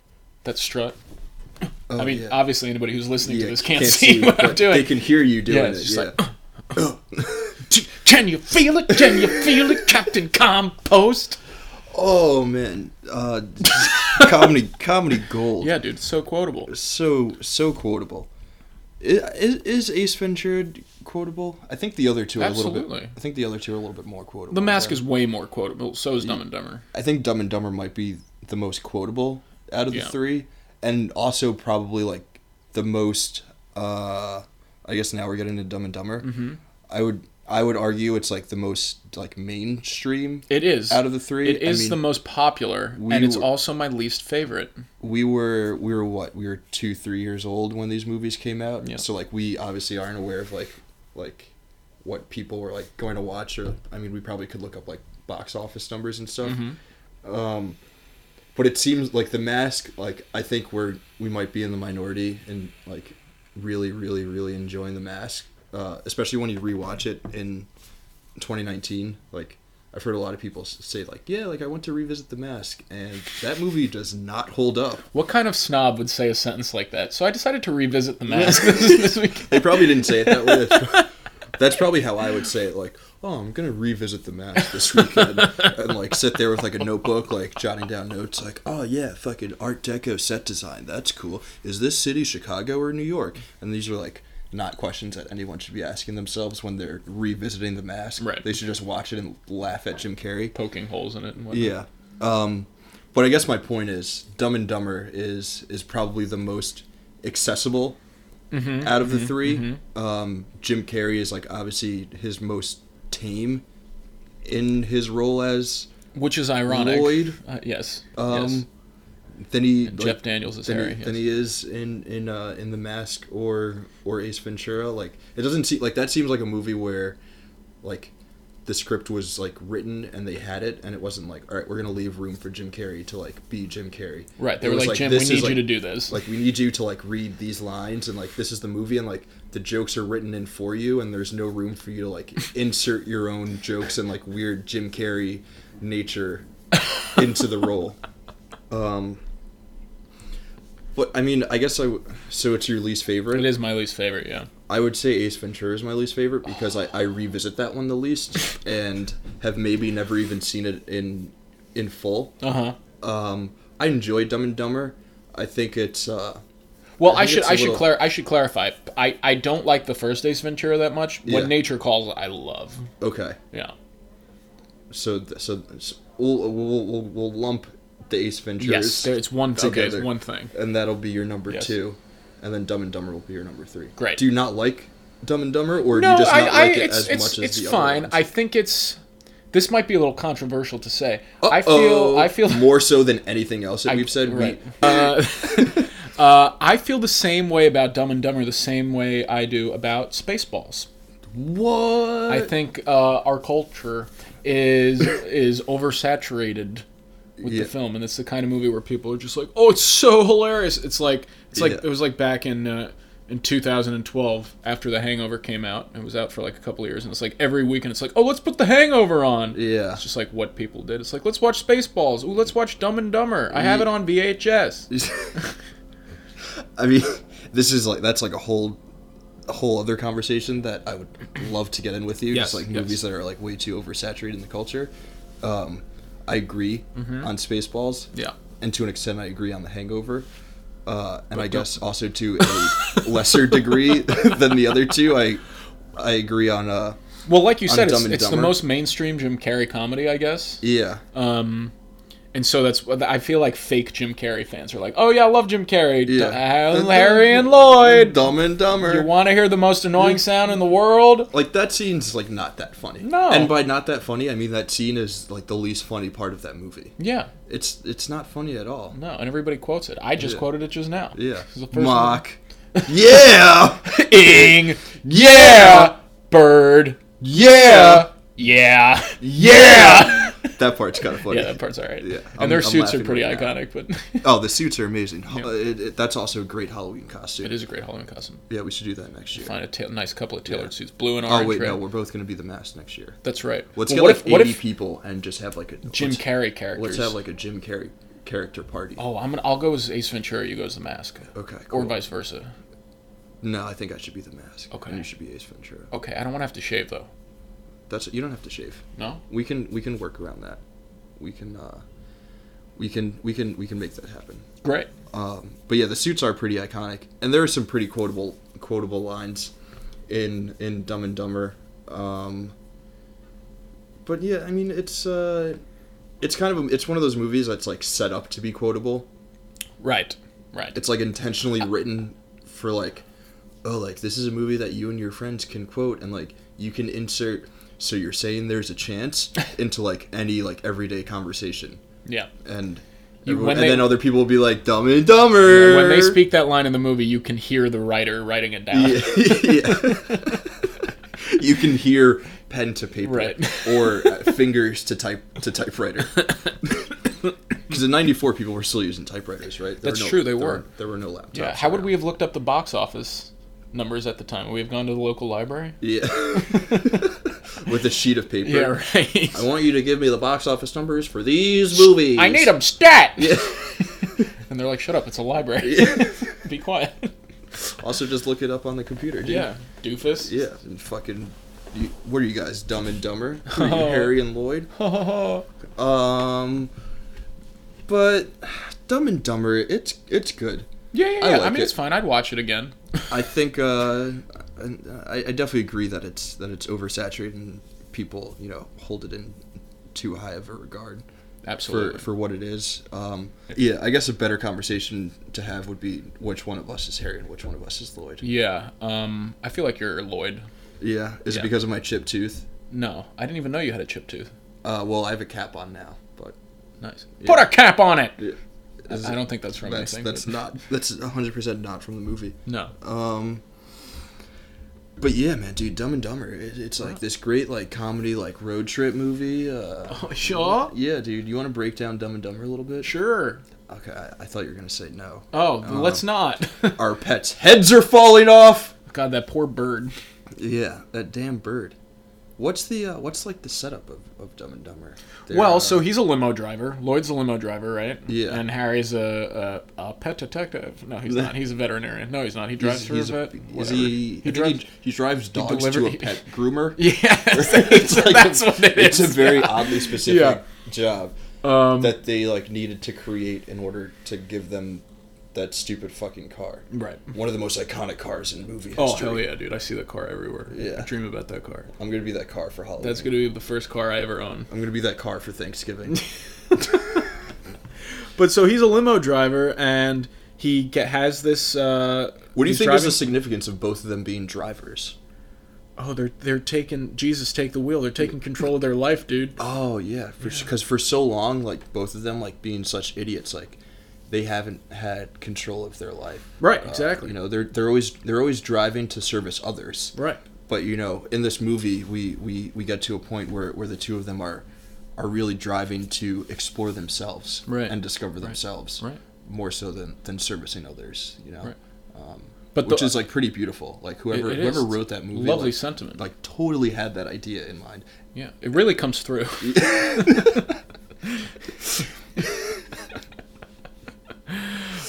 Speaker 1: That strut.
Speaker 2: Oh,
Speaker 1: I mean,
Speaker 2: yeah.
Speaker 1: obviously anybody who's listening
Speaker 2: Yeah,
Speaker 1: to this can't, see, [LAUGHS] what I'm
Speaker 2: but They
Speaker 1: doing.
Speaker 2: can hear you doing
Speaker 1: Yeah,
Speaker 2: it.
Speaker 1: it's just
Speaker 2: yeah.
Speaker 1: [LAUGHS] Can you feel it? Can you feel it, Captain Compost?
Speaker 2: oh man, uh, [LAUGHS] comedy comedy gold.
Speaker 1: Yeah, dude, so quotable.
Speaker 2: so so quotable. I- Is, is Ace Ventura quotable? I think the other two are a little
Speaker 1: Absolutely.
Speaker 2: bit. I think the other two are a little bit more quotable.
Speaker 1: The Mask
Speaker 2: but-
Speaker 1: is way more quotable. So is Dumb and Dumber.
Speaker 2: I think Dumb and Dumber might be the most quotable out of the
Speaker 1: Yeah.
Speaker 2: three, and also probably like the most. Uh, I guess now we're getting to Dumb and Dumber. Mm-hmm. I would I would argue it's like the most like mainstream.
Speaker 1: It is
Speaker 2: Out of the three,
Speaker 1: It
Speaker 2: I
Speaker 1: is
Speaker 2: mean,
Speaker 1: the most popular,
Speaker 2: we
Speaker 1: and it's
Speaker 2: were-
Speaker 1: also my least favorite.
Speaker 2: We were we were what we were two three years old when these movies came out.
Speaker 1: Yeah.
Speaker 2: So like we obviously aren't aware of like like what people were like going to watch or I mean we probably could look up like box office numbers and stuff.
Speaker 1: Mm-hmm.
Speaker 2: Um, but it seems like the mask. Like I think we're we might be in the minority and like really, really, really enjoying the mask, uh, especially when you rewatch it in 2019. Like I've heard a lot of people s- say, like, yeah, like I went to revisit the mask, and that movie does not hold up.
Speaker 1: What kind of snob would say a sentence like that? So I decided to revisit The Mask [LAUGHS] this week.
Speaker 2: They probably didn't say it that way. [LAUGHS] That's pro- That's probably how I would say it. Like, oh, I'm gonna revisit the mask this weekend, and like sit there with like a notebook, like jotting down notes. Like, oh yeah, fucking Art Deco set design. That's cool. Is this city Chicago or New York? And these are like not questions that anyone should be asking themselves when they're revisiting the mask.
Speaker 1: Right.
Speaker 2: They should just watch it and laugh at Jim Carrey.
Speaker 1: Poking holes in it and whatnot.
Speaker 2: Yeah. Um, but I guess my point is, Dumb and Dumber is is probably the most accessible out of the 3 Um, Jim Carrey is like obviously his most tame in his role as
Speaker 1: Which is ironic.
Speaker 2: Lloyd?
Speaker 1: Uh, yes.
Speaker 2: um,
Speaker 1: yes.
Speaker 2: then he
Speaker 1: And
Speaker 2: like,
Speaker 1: Jeff Daniels is
Speaker 2: than
Speaker 1: Harry.
Speaker 2: he,
Speaker 1: yes.
Speaker 2: than he is in in uh, in the Mask or or Ace Ventura. Like it doesn't seem like that seems like a movie where like the script was like written and they had it and it wasn't like all right we're gonna leave room for Jim Carrey to like be Jim Carrey.
Speaker 1: Right. They
Speaker 2: It
Speaker 1: were
Speaker 2: was
Speaker 1: like, Jim, we
Speaker 2: this
Speaker 1: need
Speaker 2: is,
Speaker 1: you
Speaker 2: like-
Speaker 1: to do this.
Speaker 2: Like we need you to like read these lines and like this is the movie and like the jokes are written in for you and there's no room for you to like insert your own jokes and like weird Jim Carrey nature into the role. [LAUGHS] Um, but I mean, I guess I w- so it's your least
Speaker 1: it
Speaker 2: favorite.
Speaker 1: is my least favorite, yeah.
Speaker 2: I would say Ace Ventura is my least favorite because I, I revisit that one the least and have maybe never even seen it in in full.
Speaker 1: Uh huh.
Speaker 2: Um, I enjoy Dumb and Dumber. I think it's uh,
Speaker 1: Well,
Speaker 2: I
Speaker 1: I,
Speaker 2: think
Speaker 1: should
Speaker 2: it's a
Speaker 1: I should
Speaker 2: little-
Speaker 1: clar- I should clarify. I, I don't like the first Ace Ventura that much.
Speaker 2: Yeah.
Speaker 1: When nature calls, I love.
Speaker 2: okay.
Speaker 1: Yeah.
Speaker 2: So th- so, so we'll, we'll, we'll we'll lump the Ace
Speaker 1: Yes.
Speaker 2: Venturas,
Speaker 1: There, it's one. Okay. It's
Speaker 2: together.
Speaker 1: one thing.
Speaker 2: and that'll be your number
Speaker 1: Yes.
Speaker 2: two, and then Dumb and Dumber will be your number three.
Speaker 1: Great.
Speaker 2: Do you not like Dumb and Dumber, or do
Speaker 1: No,
Speaker 2: you just
Speaker 1: I,
Speaker 2: not
Speaker 1: I
Speaker 2: like it
Speaker 1: it's
Speaker 2: as
Speaker 1: it's,
Speaker 2: much as
Speaker 1: it's
Speaker 2: the
Speaker 1: fine.
Speaker 2: other ones?
Speaker 1: I think it's. This might be a little controversial to say. I
Speaker 2: Uh-oh.
Speaker 1: feel I feel
Speaker 2: more so than anything else that we've said.
Speaker 1: Right.
Speaker 2: We,
Speaker 1: Uh, [LAUGHS] uh, I feel the same way about Dumb and Dumber the same way I do about Spaceballs.
Speaker 2: what?
Speaker 1: I think uh, our culture is is oversaturated with
Speaker 2: Yeah.
Speaker 1: the film, and it's the kind of movie where people are just like, "Oh, it's so hilarious!" It's like it's like
Speaker 2: Yeah.
Speaker 1: it was like back in uh, in 2012 after The Hangover came out. It was out for like a couple of years, and it's like every weekend it's like, "Oh, let's put The Hangover on."
Speaker 2: Yeah.
Speaker 1: it's just like what people did. It's like let's watch Spaceballs. Ooh, let's watch Dumb and Dumber. I have it on VHS.
Speaker 2: [LAUGHS] I mean, this is like that's like a whole, a whole other conversation that I would love to get in with you.
Speaker 1: Yes,
Speaker 2: just like
Speaker 1: yes.
Speaker 2: movies that are like way too oversaturated in the culture. Um, I agree
Speaker 1: Mm-hmm.
Speaker 2: on Spaceballs.
Speaker 1: Yeah.
Speaker 2: and to an extent, I agree on The Hangover. Uh, and I guess also to a
Speaker 1: [LAUGHS]
Speaker 2: lesser degree [LAUGHS] than the other two, I I agree on uh
Speaker 1: Well, like you said,
Speaker 2: Dumb
Speaker 1: it's,
Speaker 2: and
Speaker 1: it's the
Speaker 2: Dumber.
Speaker 1: most mainstream Jim Carrey comedy, I guess.
Speaker 2: yeah
Speaker 1: Um, And so that's what I feel like fake Jim Carrey fans are like, oh yeah, I love Jim Carrey. D-
Speaker 2: Yeah.
Speaker 1: uh, Harry and Lloyd.
Speaker 2: Dumb and Dumber.
Speaker 1: Um, You want to hear the most annoying sound in the world?
Speaker 2: like that scene's like not that funny.
Speaker 1: No.
Speaker 2: And by not that funny, I mean that scene is like the least funny part of that movie.
Speaker 1: Yeah,
Speaker 2: It's it's not funny at all.
Speaker 1: no, and everybody quotes it. I just
Speaker 2: Yeah.
Speaker 1: quoted it just now.
Speaker 2: Yeah.
Speaker 1: It's the first
Speaker 2: Mock. yeah. [LAUGHS]
Speaker 1: one. [LAUGHS] Ing.
Speaker 2: Yeah.
Speaker 1: Yeah. Bird.
Speaker 2: Yeah.
Speaker 1: Yeah.
Speaker 2: Yeah. that part's kind of funny.
Speaker 1: [LAUGHS] Yeah, that part's all right.
Speaker 2: Yeah,
Speaker 1: and
Speaker 2: I'm-
Speaker 1: their
Speaker 2: I'm
Speaker 1: suits are
Speaker 2: laughing
Speaker 1: pretty
Speaker 2: right now.
Speaker 1: iconic, but [LAUGHS]
Speaker 2: Oh, the suits are amazing. Uh, It, it, that's also a great Halloween costume.
Speaker 1: it is a great Halloween costume.
Speaker 2: Yeah, we should do that next year.
Speaker 1: Find a ta- nice couple of tailored suits, blue and
Speaker 2: Oh
Speaker 1: orange.
Speaker 2: wait, no,
Speaker 1: right?
Speaker 2: we're both going to be the mask next year.
Speaker 1: That's right.
Speaker 2: Let's
Speaker 1: Well,
Speaker 2: get
Speaker 1: what
Speaker 2: like
Speaker 1: if, what
Speaker 2: eighty
Speaker 1: if
Speaker 2: people and just have like a
Speaker 1: Jim
Speaker 2: let's,
Speaker 1: Carrey characters?
Speaker 2: Let's have like a Jim Carrey character party.
Speaker 1: oh, I'm gonna, I'll go as Ace Ventura. You go as the Mask,
Speaker 2: Okay.
Speaker 1: or
Speaker 2: Cool.
Speaker 1: vice versa.
Speaker 2: No, I think I should be the mask.
Speaker 1: Okay.
Speaker 2: And you should be Ace Ventura.
Speaker 1: Okay, I don't want to have to shave though.
Speaker 2: That's you don't have to shave.
Speaker 1: No.
Speaker 2: We can we can work around that. We can uh, we can we can we can make that happen.
Speaker 1: Great.
Speaker 2: Um, but yeah, the suits are pretty iconic, and there are some pretty quotable quotable lines in in Dumb and Dumber. Um, but yeah, I mean it's uh, it's kind of a, it's one of those movies that's like set up to be quotable.
Speaker 1: Right. Right.
Speaker 2: It's like intentionally written for like, oh, like this is a movie that you and your friends can quote, and like you can insert. So you're saying there's
Speaker 1: [LAUGHS]
Speaker 2: a chance into like any like everyday conversation,
Speaker 1: yeah.
Speaker 2: and
Speaker 1: You-
Speaker 2: everyone-
Speaker 1: when
Speaker 2: and
Speaker 1: they-
Speaker 2: then other people will be like Dumb and Dumber.
Speaker 1: When they speak that line in the movie, you can hear the writer writing it down. [LAUGHS]
Speaker 2: Yeah. you can hear pen to paper
Speaker 1: Right.
Speaker 2: or uh, fingers to type
Speaker 1: [LAUGHS]
Speaker 2: to typewriter. Because in '94, people were still using typewriters, right? There
Speaker 1: That's
Speaker 2: were
Speaker 1: true, they
Speaker 2: there
Speaker 1: were.
Speaker 2: There were no laptops.
Speaker 1: Yeah, How would
Speaker 2: around.
Speaker 1: we have looked up the box office numbers at the time? Would we have gone to the local library?
Speaker 2: Yeah. [LAUGHS] With a sheet of paper.
Speaker 1: Yeah. [LAUGHS] Right.
Speaker 2: I want you to give me the box office numbers for these movies.
Speaker 1: I need them stat.
Speaker 2: [LAUGHS] Yeah.
Speaker 1: [LAUGHS] And they're like, "Shut up! It's a library. [LAUGHS] Be quiet."
Speaker 2: also, just look it up on the computer. Dude.
Speaker 1: Yeah. Doofus.
Speaker 2: Yeah. And fucking. You, what are you guys, Dumb and
Speaker 1: [LAUGHS]
Speaker 2: Dumber? Who are you,
Speaker 1: Oh.
Speaker 2: Harry and Lloyd?
Speaker 1: [LAUGHS] Yeah.
Speaker 2: Um, but Dumb and Dumber, it's it's good.
Speaker 1: Yeah, yeah,
Speaker 2: I
Speaker 1: yeah. I,
Speaker 2: like
Speaker 1: mean,
Speaker 2: it.
Speaker 1: it's fine. I'd watch it again.
Speaker 2: I think uh, I, I definitely agree that it's that it's oversaturated and people you know hold it in too high of a regard for
Speaker 1: Absolutely.
Speaker 2: for what it is. Um, yeah, I guess a better conversation to have would be which one of us is Harry and which one of us is Lloyd.
Speaker 1: yeah. Um, I feel like you're Lloyd.
Speaker 2: Yeah, is
Speaker 1: Yeah.
Speaker 2: it because of my chip tooth?
Speaker 1: No, I didn't even know you had a chipped tooth.
Speaker 2: Uh, well, I have a cap on now, but
Speaker 1: Nice.
Speaker 2: Yeah.
Speaker 1: Put a cap on it.
Speaker 2: Yeah. Is
Speaker 1: I
Speaker 2: it-
Speaker 1: don't think that's from
Speaker 2: that's
Speaker 1: anything.
Speaker 2: that's
Speaker 1: but-
Speaker 2: not that's 100 percent not from the movie.
Speaker 1: No. [LAUGHS]
Speaker 2: Um, but yeah, man, dude, Dumb and Dumber. It, it's like this great like comedy like road trip movie. Uh,
Speaker 1: Oh, sure.
Speaker 2: yeah, dude, you want to break down Dumb and Dumber a little bit?
Speaker 1: Sure.
Speaker 2: Okay, I, I thought you were gonna say no.
Speaker 1: Oh, let's not. [LAUGHS]
Speaker 2: Our pets' heads are falling off.
Speaker 1: God, that poor bird.
Speaker 2: Yeah, that damn bird. What's the uh, what's like the setup of, of Dumb and Dumber? They're,
Speaker 1: Well,
Speaker 2: uh,
Speaker 1: so he's a limo driver. Lloyd's a limo driver, right?
Speaker 2: Yeah.
Speaker 1: And Harry's a, a, a pet detective. No, he's not. He's a veterinarian. No, he's not. He drives
Speaker 2: he's,
Speaker 1: through
Speaker 2: he's
Speaker 1: a
Speaker 2: a,
Speaker 1: vet.
Speaker 2: is
Speaker 1: whatever.
Speaker 2: he, I
Speaker 1: He
Speaker 2: think
Speaker 1: drives.
Speaker 2: he, he drives dogs
Speaker 1: deliver-
Speaker 2: to a pet groomer.
Speaker 1: [LAUGHS]
Speaker 2: [LAUGHS]
Speaker 1: Yeah. [LAUGHS] it's,
Speaker 2: like
Speaker 1: that's
Speaker 2: a-
Speaker 1: what it
Speaker 2: It's
Speaker 1: is.
Speaker 2: a very oddly specific
Speaker 1: Yeah.
Speaker 2: job.
Speaker 1: [LAUGHS] Um,
Speaker 2: that they like needed to create in order to give them that stupid fucking car.
Speaker 1: right.
Speaker 2: One of the most iconic cars in movie history.
Speaker 1: Oh hell yeah, dude! I see that car everywhere.
Speaker 2: Yeah.
Speaker 1: I dream about that car.
Speaker 2: I'm gonna be that car for Halloween.
Speaker 1: That's gonna be the first car I ever own.
Speaker 2: I'm gonna be that car for [LAUGHS] Thanksgiving.
Speaker 1: But so he's a limo driver, and he ge- has this. Uh,
Speaker 2: what do you
Speaker 1: he's
Speaker 2: think is
Speaker 1: driving-
Speaker 2: the significance of both of them being drivers?
Speaker 1: Oh, they're they're taking Jesus take the wheel. They're
Speaker 2: [LAUGHS]
Speaker 1: taking control of their life, dude.
Speaker 2: Oh yeah, because for so long, like both of them, like being such idiots, like they haven't had control of their life.
Speaker 1: Right,
Speaker 2: Uh,
Speaker 1: exactly.
Speaker 2: you know, they're they're always they're always driving to service others.
Speaker 1: Right.
Speaker 2: but you know in this movie we we we get to a point where where the two of them are are really driving to explore themselves
Speaker 1: Right.
Speaker 2: and discover themselves
Speaker 1: Right.
Speaker 2: more so than than servicing others you know
Speaker 1: Right. But
Speaker 2: which
Speaker 1: the,
Speaker 2: is like pretty beautiful like whoever
Speaker 1: It- it
Speaker 2: whoever
Speaker 1: is.
Speaker 2: wrote that movie
Speaker 1: lovely
Speaker 2: like,
Speaker 1: sentiment.
Speaker 2: like totally had that idea in mind
Speaker 1: yeah, it really comes through.
Speaker 2: [LAUGHS]
Speaker 1: [LAUGHS]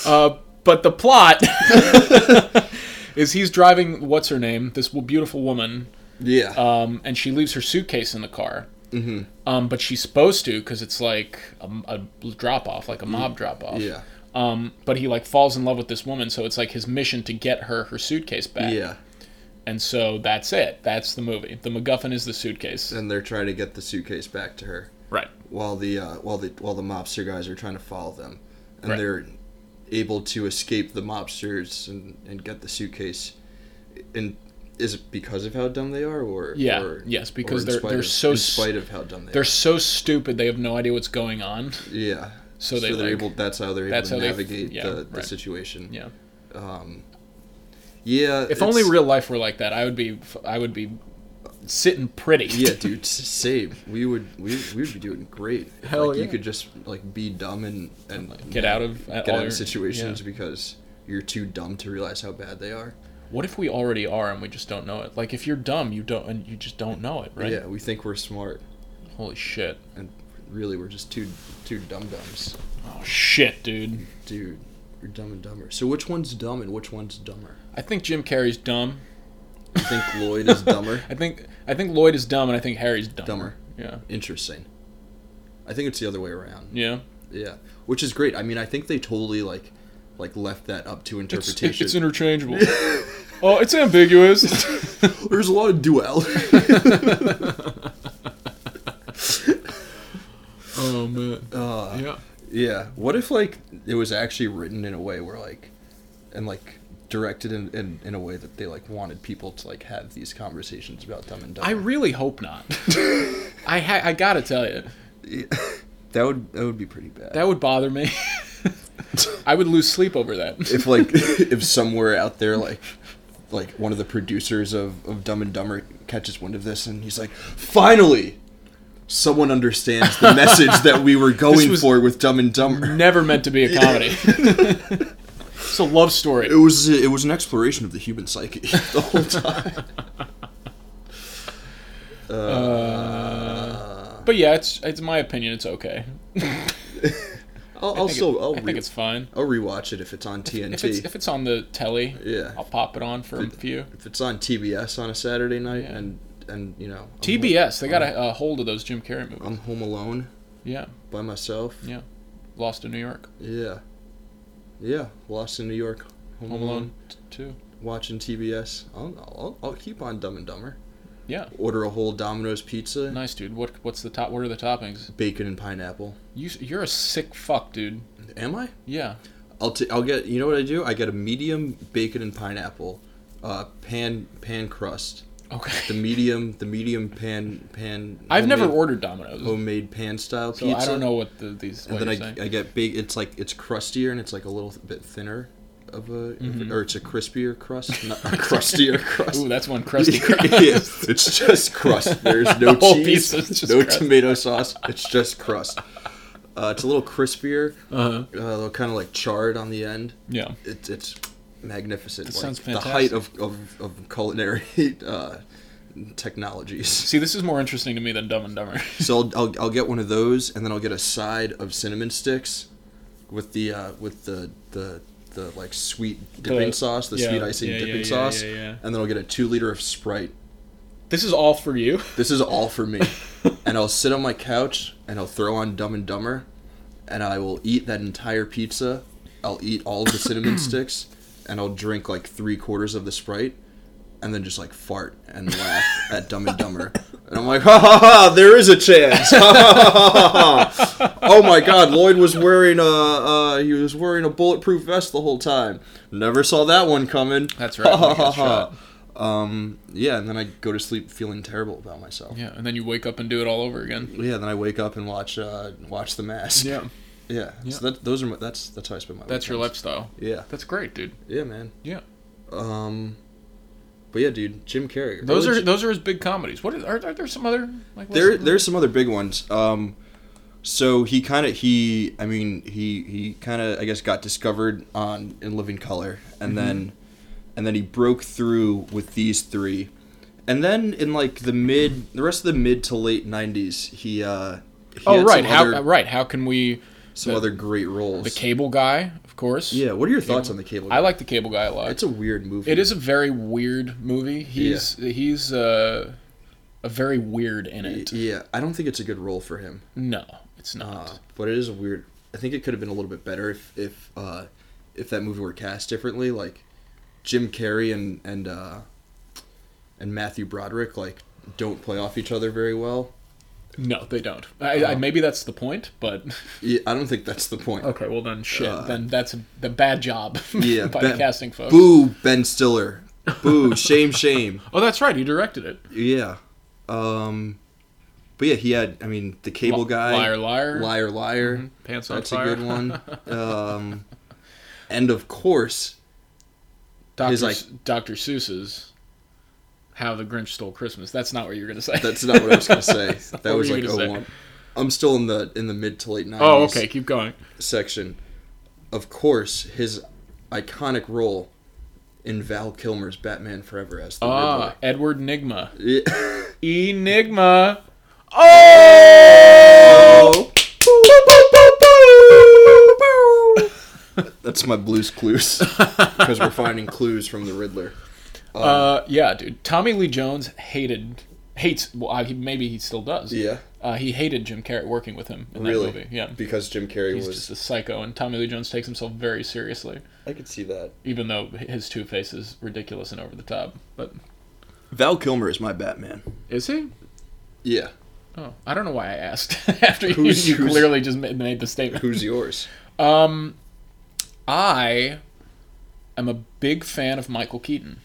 Speaker 1: uh, but the plot [LAUGHS] is he's driving what's her name, this beautiful woman,
Speaker 2: yeah
Speaker 1: um, and she leaves her suitcase in the car. Mm-hmm. Um, but she's supposed to because it's like a, a drop off, like a mob drop off.
Speaker 2: yeah
Speaker 1: Um, but he like falls in love with this woman, so it's like his mission to get her her suitcase back.
Speaker 2: yeah
Speaker 1: And so that's it. That's the movie. The MacGuffin is the suitcase.
Speaker 2: and they're trying to get the suitcase back to her
Speaker 3: Right.
Speaker 2: while the uh, while the while the mobster guys are trying to follow them, and
Speaker 1: Right.
Speaker 2: they're able to escape the mobsters and, and get the suitcase. And is it because of how dumb they are, or
Speaker 1: Yeah,
Speaker 2: or-
Speaker 1: yes, because
Speaker 2: in
Speaker 1: they're-
Speaker 2: spite
Speaker 1: they're
Speaker 2: of-
Speaker 1: so
Speaker 2: in
Speaker 1: s-
Speaker 2: spite of how dumb they
Speaker 1: They're so stupid; they have no idea what's going on.
Speaker 2: are. Yeah.
Speaker 1: So they,
Speaker 2: are
Speaker 1: like-
Speaker 2: able. That's how they're able
Speaker 1: that's
Speaker 2: to
Speaker 1: how they-
Speaker 2: navigate
Speaker 1: yeah,
Speaker 2: the, the
Speaker 1: right.
Speaker 2: situation. Um,
Speaker 1: Yeah.
Speaker 2: Yeah.
Speaker 1: If only
Speaker 2: it's-
Speaker 1: real life were like that, I would be. I would be sitting pretty.
Speaker 2: [LAUGHS] Yeah, dude. s- Same. We would. We, we would be doing great. if,
Speaker 1: Hell
Speaker 2: like, You
Speaker 1: yeah.
Speaker 2: could just like be dumb and and
Speaker 1: [LAUGHS]
Speaker 2: like,
Speaker 1: Get out of
Speaker 2: get
Speaker 1: all
Speaker 2: out
Speaker 1: your-
Speaker 2: of situations
Speaker 1: yeah.
Speaker 2: because you're too dumb to realize how bad they are.
Speaker 1: What if we already are and we just don't know it? Like if you're dumb, you don't and you just don't know it, right?
Speaker 2: Yeah, we think we're smart,
Speaker 1: Holy shit!
Speaker 2: and really we're just two two dum dums,
Speaker 1: Oh shit, dude.
Speaker 2: dude. We're dumb and dumber. So which one's dumb and which one's dumber?
Speaker 1: I think Jim Carrey's dumb.
Speaker 2: I think
Speaker 1: [LAUGHS]
Speaker 2: Lloyd is dumber.
Speaker 1: I think I think Lloyd is dumb, and I think Harry's dumb.
Speaker 2: Dumber.
Speaker 1: Yeah.
Speaker 2: Interesting. I think it's the other way around.
Speaker 1: Yeah.
Speaker 2: Yeah, which is great. I mean, I think they totally like like left that up to
Speaker 1: It's,
Speaker 2: interpretation.
Speaker 1: it's interchangeable.
Speaker 2: [LAUGHS]
Speaker 1: oh, it's ambiguous. [LAUGHS]
Speaker 2: There's a lot of duality.
Speaker 1: oh man.
Speaker 2: Uh,
Speaker 1: yeah.
Speaker 2: Yeah. What if like it was actually written in a way where like, and like directed in, in, in a way that they like wanted people to like have these conversations about dumb and dumb.
Speaker 1: I really hope
Speaker 2: [LAUGHS]
Speaker 1: not. I ha- I gotta tell you,
Speaker 2: that would that would be pretty bad.
Speaker 1: that would bother
Speaker 2: [LAUGHS]
Speaker 1: me. I would lose sleep over that.
Speaker 2: if like [LAUGHS] if somewhere out there like like one of the producers of, of Dumb and Dumber catches wind of this and he's like, finally, someone understands the message that we [LAUGHS] were going
Speaker 1: was-
Speaker 2: for with Dumb and Dumber.
Speaker 1: Never meant to be a
Speaker 2: [LAUGHS]
Speaker 1: comedy. it's a love story.
Speaker 2: It was it was an exploration of the human psyche [LAUGHS] the whole time.
Speaker 1: But yeah, it's it's my opinion. It's okay.
Speaker 2: [LAUGHS] I'll, I'll
Speaker 1: I think
Speaker 2: still
Speaker 1: it-
Speaker 2: I'll,
Speaker 1: I
Speaker 2: re-
Speaker 1: think it's fine.
Speaker 2: I'll rewatch it if it's on
Speaker 1: [LAUGHS]
Speaker 2: TNT.
Speaker 1: If it's if it's on the telly,
Speaker 2: Yeah.
Speaker 1: I'll pop it on for a few.
Speaker 2: if it's on TBS on a Saturday night
Speaker 1: Yeah.
Speaker 2: and and you know I'm
Speaker 1: TBS, they got a,
Speaker 2: Oh.
Speaker 1: a hold of those Jim Carrey movies.
Speaker 2: home- I'm home alone
Speaker 1: yeah,
Speaker 2: by myself.
Speaker 1: Yeah. Lost in New York,
Speaker 2: Yeah, yeah. Lost in New York, home,
Speaker 1: Home Alone t- too.
Speaker 2: watching TBS. I'll, I'll I'll keep on Dumb and Dumber.
Speaker 1: Yeah,
Speaker 2: Order a whole Domino's pizza,
Speaker 1: nice dude. What what's the top? What are the toppings?
Speaker 2: bacon and pineapple.
Speaker 1: You you're a sick fuck, dude.
Speaker 2: Am I?
Speaker 1: Yeah,
Speaker 2: I'll t- I'll get. You know what I do? I get a medium bacon and pineapple, uh, pan pan crust. The
Speaker 1: okay.
Speaker 2: medium the medium pan pan.
Speaker 1: [LAUGHS] I've never
Speaker 2: homemade-
Speaker 1: ordered Domino's,
Speaker 2: homemade pan style
Speaker 1: so
Speaker 2: pizza.
Speaker 1: I don't know what the, these.
Speaker 2: and
Speaker 1: What
Speaker 2: then
Speaker 1: you're
Speaker 2: I,
Speaker 1: saying.
Speaker 2: I get big. It's like it's crustier and it's like a little bit thinner of a, or it's a crispier
Speaker 1: [LAUGHS]
Speaker 2: crust, not a crustier crust.
Speaker 1: Mm-hmm. Ooh, that's one
Speaker 2: [LAUGHS]
Speaker 1: crusty crust.
Speaker 2: Yeah, it's just crust. There's
Speaker 1: [LAUGHS]
Speaker 2: no
Speaker 1: The whole
Speaker 2: cheese,
Speaker 1: pizza is just
Speaker 2: no
Speaker 1: crust.
Speaker 2: tomato sauce. It's just crust. Uh, it's a little crispier,
Speaker 1: Uh-huh.
Speaker 2: uh, kind of like charred on the end.
Speaker 1: Yeah,
Speaker 2: It's it's magnificent.
Speaker 1: That
Speaker 2: like,
Speaker 1: sounds
Speaker 2: The height of of, of culinary [LAUGHS] uh, technologies.
Speaker 1: see, this is more interesting to me than Dumb and Dumber. [LAUGHS]
Speaker 2: So I'll, I'll, I'll get one of those, and then I'll get a side of cinnamon sticks with the uh, with the, the the like sweet dipping
Speaker 1: The-
Speaker 2: sauce, the
Speaker 1: yeah,
Speaker 2: sweet icing
Speaker 1: yeah, yeah,
Speaker 2: dipping
Speaker 1: yeah,
Speaker 2: sauce,
Speaker 1: yeah, yeah.
Speaker 2: and then I'll get a two liter of Sprite.
Speaker 1: this is all for you.
Speaker 2: This is all for
Speaker 1: [LAUGHS]
Speaker 2: me, and I'll sit on my couch and I'll throw on Dumb and Dumber, and I will eat that entire pizza. I'll eat all of the cinnamon
Speaker 1: [CLEARS THROAT]
Speaker 2: sticks, and I'll drink like three quarters of the Sprite. And then just like fart and laugh at Dumb and Dumber, and I'm like, ha ha ha! There is a chance. [LAUGHS] oh my god, Lloyd was wearing a uh, he was wearing a bulletproof vest the whole time. Never saw that one coming.
Speaker 1: That's right, when he gets shot.
Speaker 2: um, yeah, and then I go to sleep feeling terrible about myself. Yeah,
Speaker 1: Yeah, and then you wake up and do it all over again.
Speaker 2: then I wake up and watch uh, watch The Mask.
Speaker 1: Yeah,
Speaker 2: [LAUGHS] yeah.
Speaker 1: Yeah.
Speaker 2: So that, those are my, that's that's how I spend my.
Speaker 1: that's your
Speaker 2: weekends.
Speaker 1: lifestyle.
Speaker 2: Yeah,
Speaker 1: That's great, dude.
Speaker 2: yeah, man.
Speaker 1: Yeah.
Speaker 2: Um, but yeah, dude, Jim Carrey.
Speaker 1: Those
Speaker 2: Really,
Speaker 1: are those are his big comedies. What is, are, are there some other like? what's
Speaker 2: there
Speaker 1: the-
Speaker 2: there's some other big ones um so he kind of he i mean he he kind of i guess got discovered on in living color and
Speaker 1: Mm-hmm.
Speaker 2: then and then he broke through with these three and then in like the mid the rest of the mid to late 90s he uh he
Speaker 1: oh
Speaker 2: had
Speaker 1: right,
Speaker 2: some
Speaker 1: how
Speaker 2: other,
Speaker 1: right? How can we?
Speaker 2: some
Speaker 1: the-
Speaker 2: other great roles
Speaker 1: The Cable Guy, of course.
Speaker 2: yeah what are your thoughts on the cable
Speaker 1: I like the Cable Guy a lot.
Speaker 2: it's a weird movie
Speaker 1: It is a very weird movie. He's he's uh, a very weird in it.
Speaker 2: yeah i don't think it's a good role for him
Speaker 1: No, it's
Speaker 2: Uh,
Speaker 1: not.
Speaker 2: but it is a weird. I think it could have been a little bit better if if uh, if that movie were cast differently, like Jim Carrey and and uh, and Matthew Broderick like don't play off each other very well,
Speaker 1: No, they don't. I,
Speaker 2: Uh.
Speaker 1: I, maybe that's the point, but [LAUGHS]
Speaker 2: Yeah, I don't think that's the point.
Speaker 1: okay. Well, then shit. then that's a, the bad job
Speaker 2: Uh.
Speaker 1: [LAUGHS]
Speaker 2: Yeah,
Speaker 1: by
Speaker 2: Ben-
Speaker 1: casting folks.
Speaker 2: Boo, Ben Stiller. Boo, shame, shame.
Speaker 1: Oh, that's right. He directed it.
Speaker 2: Yeah. Um, but yeah, he had. I mean, the cable
Speaker 1: Li-
Speaker 2: guy.
Speaker 1: liar, liar. Mm-hmm.
Speaker 2: Liar, liar.
Speaker 1: Pants on
Speaker 2: That's
Speaker 1: fire.
Speaker 2: a good one.
Speaker 1: [LAUGHS]
Speaker 2: Um, and of course,
Speaker 1: Doctor
Speaker 2: His, like-
Speaker 1: Doctor Seuss's How the Grinch Stole Christmas. That's not what you're gonna say.
Speaker 2: that's not what I was
Speaker 1: [LAUGHS]
Speaker 2: gonna say. that
Speaker 1: What
Speaker 2: was
Speaker 1: were
Speaker 2: like
Speaker 1: you gonna say?
Speaker 2: 01. I'm still in the in the mid to late nineties.
Speaker 1: oh, okay. Keep going.
Speaker 2: Section. Of course, his iconic role in Val Kilmer's Batman Forever as the
Speaker 1: Ah, Edward Enigma.
Speaker 2: Riddler. Yeah.
Speaker 1: [LAUGHS] Enigma. Oh.
Speaker 2: That's my
Speaker 1: [LAUGHS]
Speaker 2: blues clues because we're finding clues from the Riddler.
Speaker 1: Uh, yeah, dude. Tommy Lee Jones hated hates. Well, I- he, maybe he still does.
Speaker 2: Yeah,
Speaker 1: Uh, he hated Jim Carrey working with him in
Speaker 2: Really?
Speaker 1: that movie. Yeah.
Speaker 2: because Jim Carrey
Speaker 1: He's
Speaker 2: was.
Speaker 1: just a psycho, and Tommy Lee Jones takes himself very seriously,
Speaker 2: I could see that.
Speaker 1: even though his Two Face is ridiculous and over the top. But
Speaker 2: Val Kilmer is my Batman.
Speaker 1: is he?
Speaker 2: Yeah.
Speaker 1: Oh, I don't know why I asked. [LAUGHS] After you,
Speaker 2: Who's-
Speaker 1: you
Speaker 2: who's-
Speaker 1: clearly just made, made the statement,
Speaker 2: Who's yours?
Speaker 1: um, I am a big fan of Michael Keaton.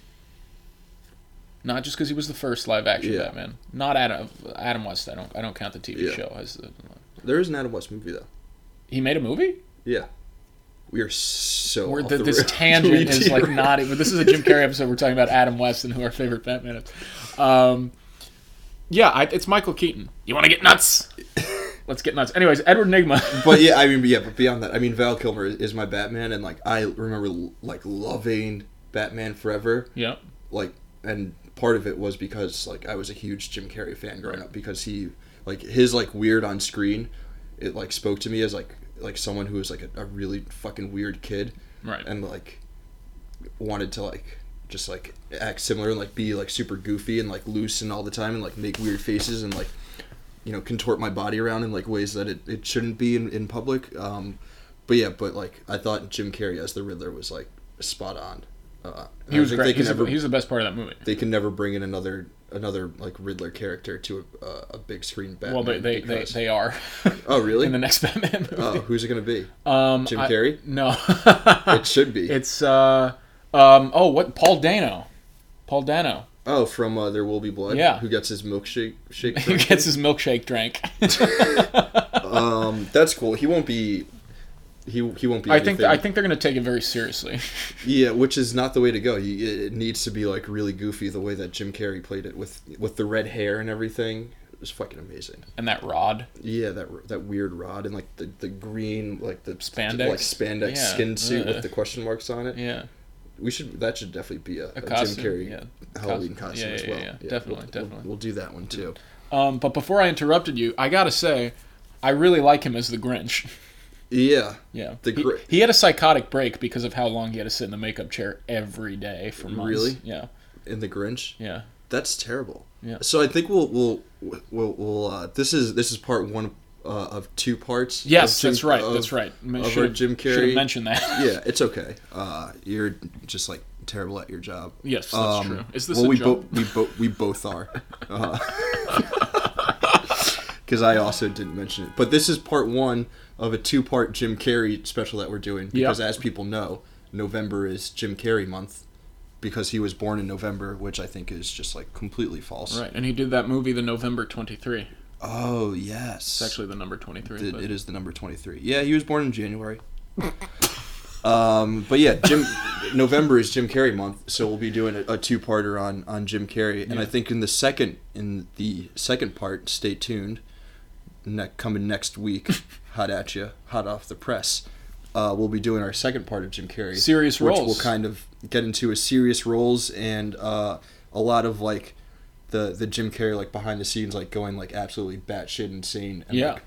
Speaker 1: Not just because he was the first live action
Speaker 2: Yeah.
Speaker 1: Batman. Not Adam Adam West. I don't I don't count the TV
Speaker 2: Yeah.
Speaker 1: show as. The,
Speaker 2: There is an Adam West movie though.
Speaker 1: he made a movie.
Speaker 2: Yeah. We are so.
Speaker 1: Where
Speaker 2: off
Speaker 1: the,
Speaker 2: the
Speaker 1: this
Speaker 2: [LAUGHS] rails.
Speaker 1: tangent
Speaker 2: We
Speaker 1: is like
Speaker 2: derailed.
Speaker 1: not. But this is a Jim Carrey episode. We're talking about Adam West and who our favorite Batman is. Um, yeah, I, it's Michael Keaton. You want to get nuts? Let's get nuts. Anyways, Edward Nigma.
Speaker 2: But yeah, I mean, yeah. But beyond that, I mean, Val Kilmer is, is my Batman, and like I remember like loving Batman Forever.
Speaker 1: [LAUGHS] yeah.
Speaker 2: like and part of it was because like I was a huge Jim Carrey fan growing up because he like his like weird on screen it like spoke to me as like like someone who was like a, a really fucking weird kid
Speaker 1: Right.
Speaker 2: and like wanted to like just like act similar and like be like super goofy and like loose and all the time and like make weird faces and like you know contort my body around in like ways that it, it shouldn't be in, in public um but yeah but like i thought jim carrey as the riddler was like spot on uh, I
Speaker 1: He was
Speaker 2: think
Speaker 1: great.
Speaker 2: they can
Speaker 1: He's,
Speaker 2: never
Speaker 1: the, he's the best part of that movie.
Speaker 2: they can never bring in another another like Riddler character to a, a, a big screen Batman.
Speaker 1: Well, they they, they,
Speaker 2: because-
Speaker 1: they are [LAUGHS]
Speaker 2: oh really?
Speaker 1: in the next [LAUGHS] Batman movie.
Speaker 2: oh, who's it gonna be?
Speaker 1: um, [LAUGHS]
Speaker 2: Jim
Speaker 1: I- [LAUGHS]
Speaker 2: Carrey?
Speaker 1: no,
Speaker 2: It should be.
Speaker 1: it's uh, um, oh, what Paul Dano, Paul Dano, [LAUGHS]
Speaker 2: oh, from uh, There Will Be Blood.
Speaker 1: Yeah.
Speaker 2: Who gets his milkshake?
Speaker 1: [LAUGHS]
Speaker 2: Shake
Speaker 1: who
Speaker 2: drink?
Speaker 1: gets his milkshake drank.
Speaker 2: um, that's cool. He won't be. He, he won't be.
Speaker 1: I think
Speaker 2: anything.
Speaker 1: I think they're gonna take it very seriously. [LAUGHS]
Speaker 2: yeah, which is not the way to go. You, it, it needs to be like really goofy the way that Jim Carrey played it with with the red hair and everything. It was fucking amazing.
Speaker 1: And that rod,
Speaker 2: Yeah, that that weird rod and like the, the green like the
Speaker 1: Spandex?
Speaker 2: like spandex
Speaker 1: Yeah.
Speaker 2: skin suit
Speaker 1: Ugh.
Speaker 2: with the question marks on it.
Speaker 1: yeah,
Speaker 2: We should that should definitely be a, a,
Speaker 1: costume,
Speaker 2: Jim Carrey
Speaker 1: yeah.
Speaker 2: Halloween
Speaker 1: Costume.
Speaker 2: costume
Speaker 1: Yeah,
Speaker 2: as
Speaker 1: yeah,
Speaker 2: well.
Speaker 1: yeah, yeah.
Speaker 2: we'll-
Speaker 1: Definitely,
Speaker 2: we'll,
Speaker 1: definitely.
Speaker 2: We'll do that one too.
Speaker 1: Um, but before I interrupted you, I gotta say, I really like him as the Grinch. [LAUGHS]
Speaker 2: Yeah,
Speaker 1: Yeah,
Speaker 2: The
Speaker 1: he,
Speaker 2: Gr-
Speaker 1: he had a psychotic break because of how long he had to sit in the makeup chair every day for months.
Speaker 2: Really?
Speaker 1: Yeah,
Speaker 2: in the Grinch.
Speaker 1: yeah.
Speaker 2: That's terrible.
Speaker 1: Yeah.
Speaker 2: So I think we'll we'll we'll, we'll uh, this is this is part one uh, of two parts.
Speaker 1: Yes,
Speaker 2: of Jim-
Speaker 1: that's right.
Speaker 2: of-
Speaker 1: that's right. Ma-
Speaker 2: of our
Speaker 1: should've-
Speaker 2: Jim
Speaker 1: should've
Speaker 2: Carrey-
Speaker 1: mentioned that. [LAUGHS]
Speaker 2: Yeah, it's okay. Uh, you're just like terrible at your job.
Speaker 1: Yes, that's
Speaker 2: Um,
Speaker 1: true. Is this
Speaker 2: well,
Speaker 1: a
Speaker 2: we
Speaker 1: joke?
Speaker 2: both we both we both are. [LAUGHS] Because I also didn't mention it, but this is part one of a two-part Jim Carrey special that we're doing. Because as people know, November is Jim Carrey month because he was born in November, which I think is just like completely false.
Speaker 1: Right, and he did that movie, The November Twenty Three.
Speaker 2: Oh yes,
Speaker 1: It's actually the number twenty three.
Speaker 2: it, it is the number twenty-three. Yeah, he was born in January. [LAUGHS] um, but yeah, Jim. November is Jim Carrey month, so we'll be doing a, a two-parter on on Jim Carrey, and I think in the second in the second part, stay tuned. Ne- coming
Speaker 1: [LAUGHS]
Speaker 2: next week, hot at you, hot off the press. Uh, we'll be doing our second part of Jim Carrey,
Speaker 1: Serious
Speaker 2: which
Speaker 1: roles.
Speaker 2: We'll kind of get into his serious roles and uh, a lot of like the the Jim Carrey like behind the scenes, like going like absolutely batshit insane. And,
Speaker 1: Yeah.
Speaker 2: like,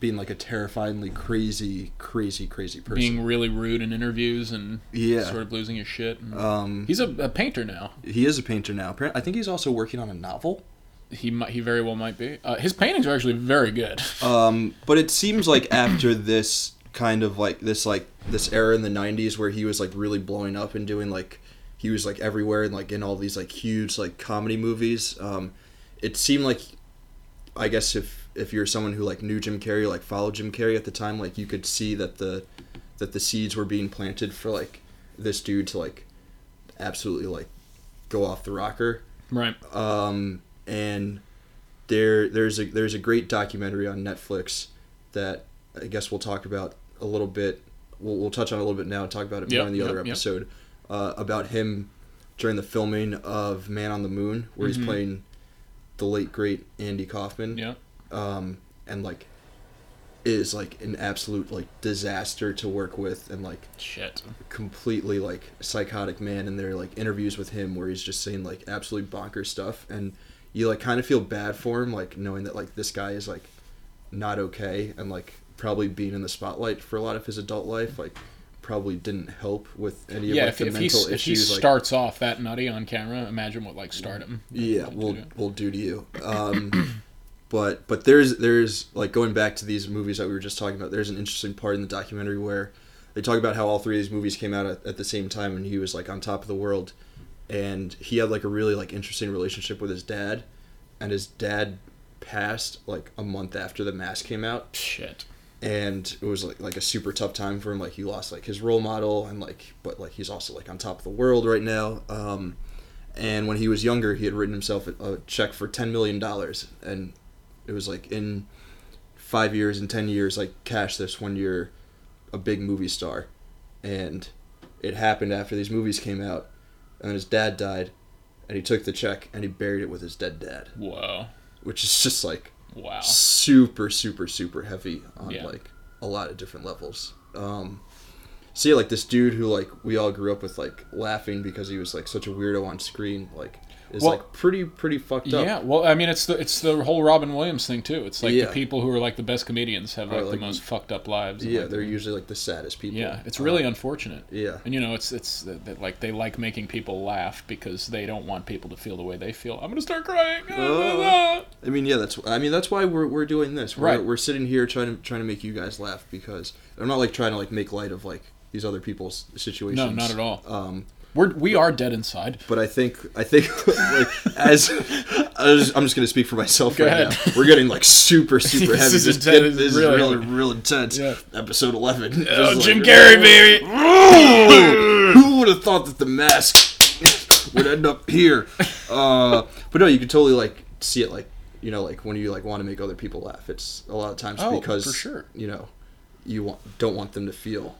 Speaker 2: being like a terrifyingly crazy, crazy, crazy person.
Speaker 1: Being really rude in interviews and
Speaker 2: Yeah.
Speaker 1: sort of losing his shit. And
Speaker 2: um,
Speaker 1: he's a, a painter now.
Speaker 2: he is a painter now. Appar- I think he's also working on a novel.
Speaker 1: He might, he very well might be. Uh, his paintings are actually very good. [LAUGHS]
Speaker 2: Um, but it seems like after this kind of like this like this era in the '90s where he was like really blowing up and doing like he was like everywhere and like in all these like huge like comedy movies. Um, it seemed like, I guess if if you're someone who like knew Jim Carrey, like followed Jim Carrey at the time, like you could see that the that the seeds were being planted for like this dude to like absolutely like go off the rocker.
Speaker 1: Right.
Speaker 2: Um, and there there's a there's a great documentary on Netflix that I guess we'll talk about a little bit. We'll, we'll touch on it a little bit now and talk about it more
Speaker 1: Yep,
Speaker 2: in the other
Speaker 1: yep, yep.
Speaker 2: episode uh, about him during the filming of Man on the Moon, where he's playing the late great Andy Kaufman
Speaker 1: Mm-hmm. Yeah.
Speaker 2: um, and like is like an absolute like disaster to work with and like
Speaker 1: Shit.
Speaker 2: completely like psychotic man and there are like interviews with him where he's just saying like absolutely bonkers stuff and you like kind of feel bad for him like knowing that like this guy is like not okay and like probably being in the spotlight for a lot of his adult life like probably didn't help with any of
Speaker 1: Yeah.
Speaker 2: like
Speaker 1: If,
Speaker 2: the
Speaker 1: if, he,
Speaker 2: mental
Speaker 1: if he
Speaker 2: issues like
Speaker 1: starts off that nutty on camera, imagine what like stardom.
Speaker 2: yeah we'll
Speaker 1: Yeah.
Speaker 2: we'll do to you um [COUGHS] but but there's there's like going back to these movies that we were just talking about there's an interesting part in the documentary where they talk about how all three of these movies came out at, at the same time and he was like on top of the world and he had like a really like interesting relationship with his dad and his dad passed like a month after the mask came out
Speaker 1: Shit.
Speaker 2: and it was like like a super tough time for him like he lost like his role model and like but like he's also like on top of the world right now um and when he was younger he had written himself a- a check for 10 million dollars and it was like in 5 years and 10 years like cash this when you're a big movie star and it happened after these movies came out and then his dad died and he took the check and he buried it with his dead dad
Speaker 1: Whoa.
Speaker 2: which is just like
Speaker 1: Wow.
Speaker 2: super super super heavy on
Speaker 1: Yeah.
Speaker 2: like a lot of different levels um so yeah like this dude who like we all grew up with like laughing because he was like such a weirdo on screen like is
Speaker 1: Well-
Speaker 2: like pretty pretty fucked up
Speaker 1: Yeah, well, I mean, it's the it's the whole Robin Williams thing too. It's like
Speaker 2: Yeah.
Speaker 1: the people who are like the best comedians have
Speaker 2: Or,
Speaker 1: like, the
Speaker 2: like,
Speaker 1: most fucked up lives. and,
Speaker 2: yeah
Speaker 1: like,
Speaker 2: they're Uh, usually like the saddest people Um,
Speaker 1: yeah, it's really unfortunate.
Speaker 2: yeah
Speaker 1: And you know, it's it's that, that, like they like making people laugh because they don't want people to feel the way they feel. I'm gonna start crying. Ah,
Speaker 2: Oh. I mean, yeah, that's. I mean, that's why we're, we're doing this. We're,
Speaker 1: Right.
Speaker 2: We're sitting here trying to trying to make you guys laugh because I'm not like trying to like make light of like these other people's situations.
Speaker 1: No, not at all.
Speaker 2: Um,
Speaker 1: We're we are dead inside.
Speaker 2: but I think I think [LAUGHS] like as, as I'm just gonna speak for myself
Speaker 1: Go
Speaker 2: right
Speaker 1: ahead.
Speaker 2: now. We're getting
Speaker 1: [LAUGHS]
Speaker 2: like super super
Speaker 1: This
Speaker 2: heavy.
Speaker 1: is
Speaker 2: This,
Speaker 1: intense.
Speaker 2: get- this is
Speaker 1: Really.
Speaker 2: really real, intense.
Speaker 1: Yeah.
Speaker 2: Episode eleven. Just
Speaker 1: Oh,
Speaker 2: like-
Speaker 1: Jim Carrey, baby.
Speaker 2: Who, would have thought that the mask [LAUGHS] would end up
Speaker 1: [LAUGHS]
Speaker 2: here? Uh, but no, you can totally like see it like you know like when you like want to make other people laugh. It's a lot of times
Speaker 1: Oh,
Speaker 2: because
Speaker 1: for sure.
Speaker 2: you know you want, don't want them to feel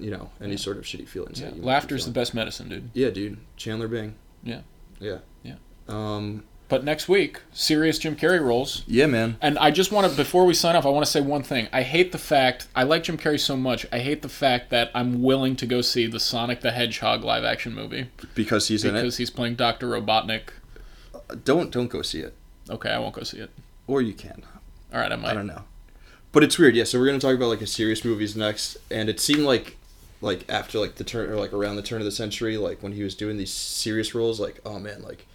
Speaker 2: you know any sort of shitty feelings.
Speaker 1: Yeah,
Speaker 2: that you might be
Speaker 1: laughter's the
Speaker 2: feeling.
Speaker 1: best medicine, dude.
Speaker 2: yeah, dude. Chandler Bing.
Speaker 1: Yeah,
Speaker 2: Yeah.
Speaker 1: Yeah.
Speaker 2: Um.
Speaker 1: but next week, serious Jim Carrey roles.
Speaker 2: Yeah, man.
Speaker 1: And I just want to, before we sign off, I want to say one thing. I hate the fact, I like Jim Carrey so much, I hate the fact that I'm willing to go see the Sonic the Hedgehog live action movie
Speaker 2: Because he's
Speaker 1: because he's playing Dr. Robotnik.
Speaker 2: in it. Don't don't go see it,
Speaker 1: Okay, I won't go see it.
Speaker 2: or you can.
Speaker 1: All right, I might.
Speaker 2: I don't know. But it's weird. Yeah. So we're gonna talk about like his serious movies next, and it seemed like like after like the turn or like around the turn of the century, like when he was doing these serious roles, like oh man, like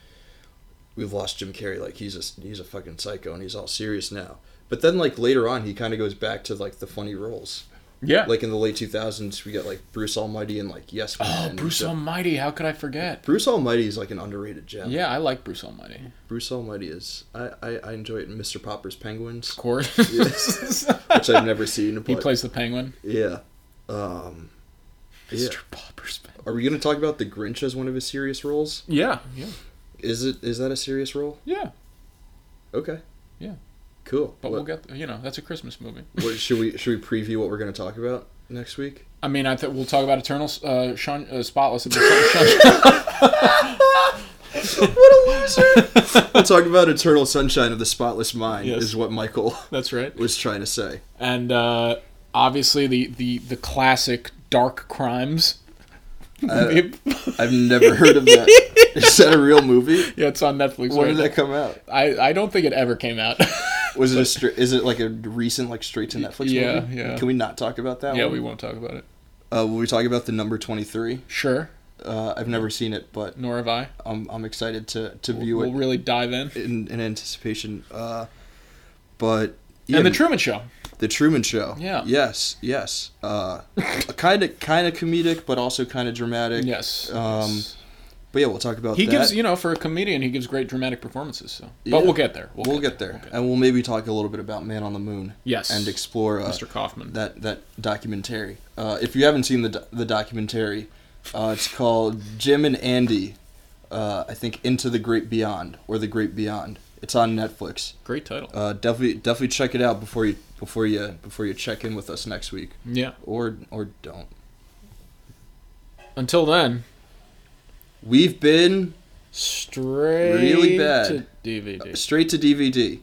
Speaker 2: we've lost Jim Carrey. Like he's a he's a fucking psycho, and he's all serious now. But then like later on, he kind of goes back to like the funny roles.
Speaker 1: yeah.
Speaker 2: Like in the late two thousands, we got like Bruce Almighty and like Yes Man.
Speaker 1: oh,
Speaker 2: and
Speaker 1: Bruce
Speaker 2: stuff.
Speaker 1: Almighty, how could I forget?
Speaker 2: Bruce Almighty is like an underrated gem.
Speaker 1: Yeah, I like Bruce Almighty. Of
Speaker 2: Bruce Almighty is. I, I, I enjoy it in Mr.
Speaker 1: [LAUGHS]
Speaker 2: Popper's Penguins,
Speaker 1: course. [LAUGHS]
Speaker 2: which I've never seen. But,
Speaker 1: he plays the penguin.
Speaker 2: Yeah. Um, yeah.
Speaker 1: Mr. Popper's penguin.
Speaker 2: Are we going to talk about the Grinch as one of his serious roles?
Speaker 1: Yeah, yeah,
Speaker 2: Is it is that a serious role?
Speaker 1: yeah.
Speaker 2: Okay.
Speaker 1: Yeah.
Speaker 2: Cool.
Speaker 1: But we'll
Speaker 2: what,
Speaker 1: get, you know, that's a Christmas movie.
Speaker 2: what- should we should we preview what we're going to talk about
Speaker 1: [LAUGHS]
Speaker 2: next week?
Speaker 1: I mean, I think we'll talk about Eternal uh, Shun, uh, Spotless. If there's something Shun-
Speaker 2: what a loser! [LAUGHS] we'll talk about Eternal Sunshine of the Spotless Mind
Speaker 1: Yes.
Speaker 2: is what Michael
Speaker 1: [LAUGHS]
Speaker 2: [LAUGHS]
Speaker 1: that's right.
Speaker 2: was trying
Speaker 1: [LAUGHS]
Speaker 2: to say.
Speaker 1: and uh, obviously the, the the classic dark crimes. yeah, [LAUGHS]
Speaker 2: I've never heard of that. is that a real movie?
Speaker 1: it's on Netflix.
Speaker 2: When
Speaker 1: Right?
Speaker 2: did that come out?
Speaker 1: I I don't think it ever came out. [LAUGHS]
Speaker 2: Was it a stri- is it like a recent like straight to Netflix
Speaker 1: Yeah,
Speaker 2: movie?
Speaker 1: yeah.
Speaker 2: Can we not talk about that?
Speaker 1: yeah,
Speaker 2: one?
Speaker 1: we won't talk about it.
Speaker 2: Uh, will we talk about the number twenty three?
Speaker 1: Sure,
Speaker 2: Uh, I've never seen it, but
Speaker 1: nor have I.
Speaker 2: I'm I'm excited to to view
Speaker 1: We'll
Speaker 2: it
Speaker 1: really dive in.
Speaker 2: in, in anticipation. Uh, but yeah,
Speaker 1: And the Truman Show.
Speaker 2: the Truman Show.
Speaker 1: Yeah.
Speaker 2: Yes. Yes. [LAUGHS] Uh, kind of kind of comedic, but also kind of dramatic.
Speaker 1: Yes.
Speaker 2: Um,
Speaker 1: yes.
Speaker 2: But yeah, we'll talk about
Speaker 1: He
Speaker 2: that.
Speaker 1: gives, you know, for a comedian, he gives great dramatic performances. So,
Speaker 2: Yeah.
Speaker 1: but we'll get there.
Speaker 2: we'll get there, and we'll maybe talk a little bit about Man on the Moon.
Speaker 1: Yes.
Speaker 2: and explore uh,
Speaker 1: Mr. Kaufman.
Speaker 2: that that documentary. Uh, if you haven't seen the do- the documentary, uh, it's called Jim and Andy. Uh, I think Into the Great Beyond or The Great Beyond. It's on Netflix.
Speaker 1: great title.
Speaker 2: Uh, definitely definitely check it out before you before you before you check in with us next week
Speaker 1: yeah.
Speaker 2: or or don't.
Speaker 1: Until then,
Speaker 2: We've been
Speaker 1: straight
Speaker 2: bad. Uh,
Speaker 1: to DVD.
Speaker 2: straight to DVD.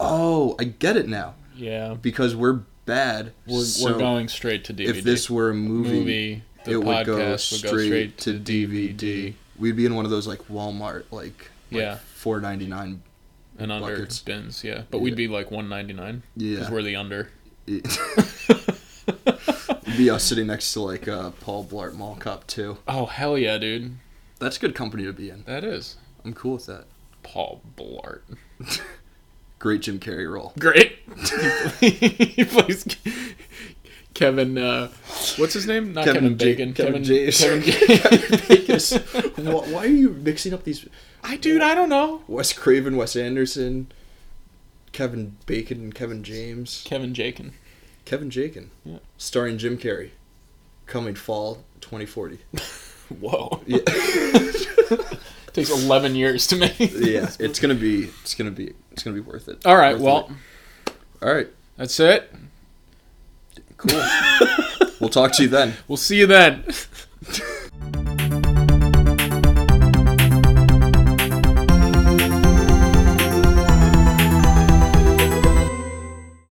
Speaker 2: Oh, I get it now
Speaker 1: Yeah,
Speaker 2: because we're bad.
Speaker 1: we're,
Speaker 2: so
Speaker 1: we're going straight to DVD.
Speaker 2: if this were a
Speaker 1: movie, the
Speaker 2: it
Speaker 1: podcast
Speaker 2: would go
Speaker 1: would go straight
Speaker 2: straight
Speaker 1: to
Speaker 2: to DVD. We'd be in one of those like Walmart like,
Speaker 1: Yeah.
Speaker 2: four ninety nine.
Speaker 1: and under
Speaker 2: Buckets.
Speaker 1: bins. Yeah, but we'd
Speaker 2: Yeah.
Speaker 1: be like one ninety nine because
Speaker 2: Yeah, [LAUGHS]
Speaker 1: we're the under.
Speaker 2: it'd be us sitting next to like uh, Paul Blart Mall Cop too.
Speaker 1: Oh hell yeah, dude!
Speaker 2: That's good company to be in.
Speaker 1: That is
Speaker 2: I'm cool with that.
Speaker 1: Paul Blart.
Speaker 2: Great Jim Carrey role.
Speaker 1: Great. [LAUGHS] he plays Kevin. Uh, what's his name? Not Kevin,
Speaker 2: Kevin J-
Speaker 1: Bacon.
Speaker 2: Kevin
Speaker 1: Kevin.
Speaker 2: James.
Speaker 1: Kevin
Speaker 2: [LAUGHS]
Speaker 1: James.
Speaker 2: why, why are you mixing up these
Speaker 1: I dude, I don't know.
Speaker 2: Wes Craven, Wes Anderson, Kevin Bacon, and Kevin James?
Speaker 1: Kevin Jakin.
Speaker 2: Kevin Jakin,
Speaker 1: Yeah.
Speaker 2: starring Jim Carrey, coming fall
Speaker 1: [LAUGHS]
Speaker 2: 2040.
Speaker 1: Whoa.
Speaker 2: Yeah,
Speaker 1: [LAUGHS] takes eleven years to make.
Speaker 2: yeah, it's gonna be, it's gonna be, it's gonna be worth it.
Speaker 1: All right.
Speaker 2: Worth
Speaker 1: Well,
Speaker 2: it. all right,
Speaker 1: that's it. [LAUGHS]
Speaker 2: cool. we'll talk to you then.
Speaker 1: We'll see you then.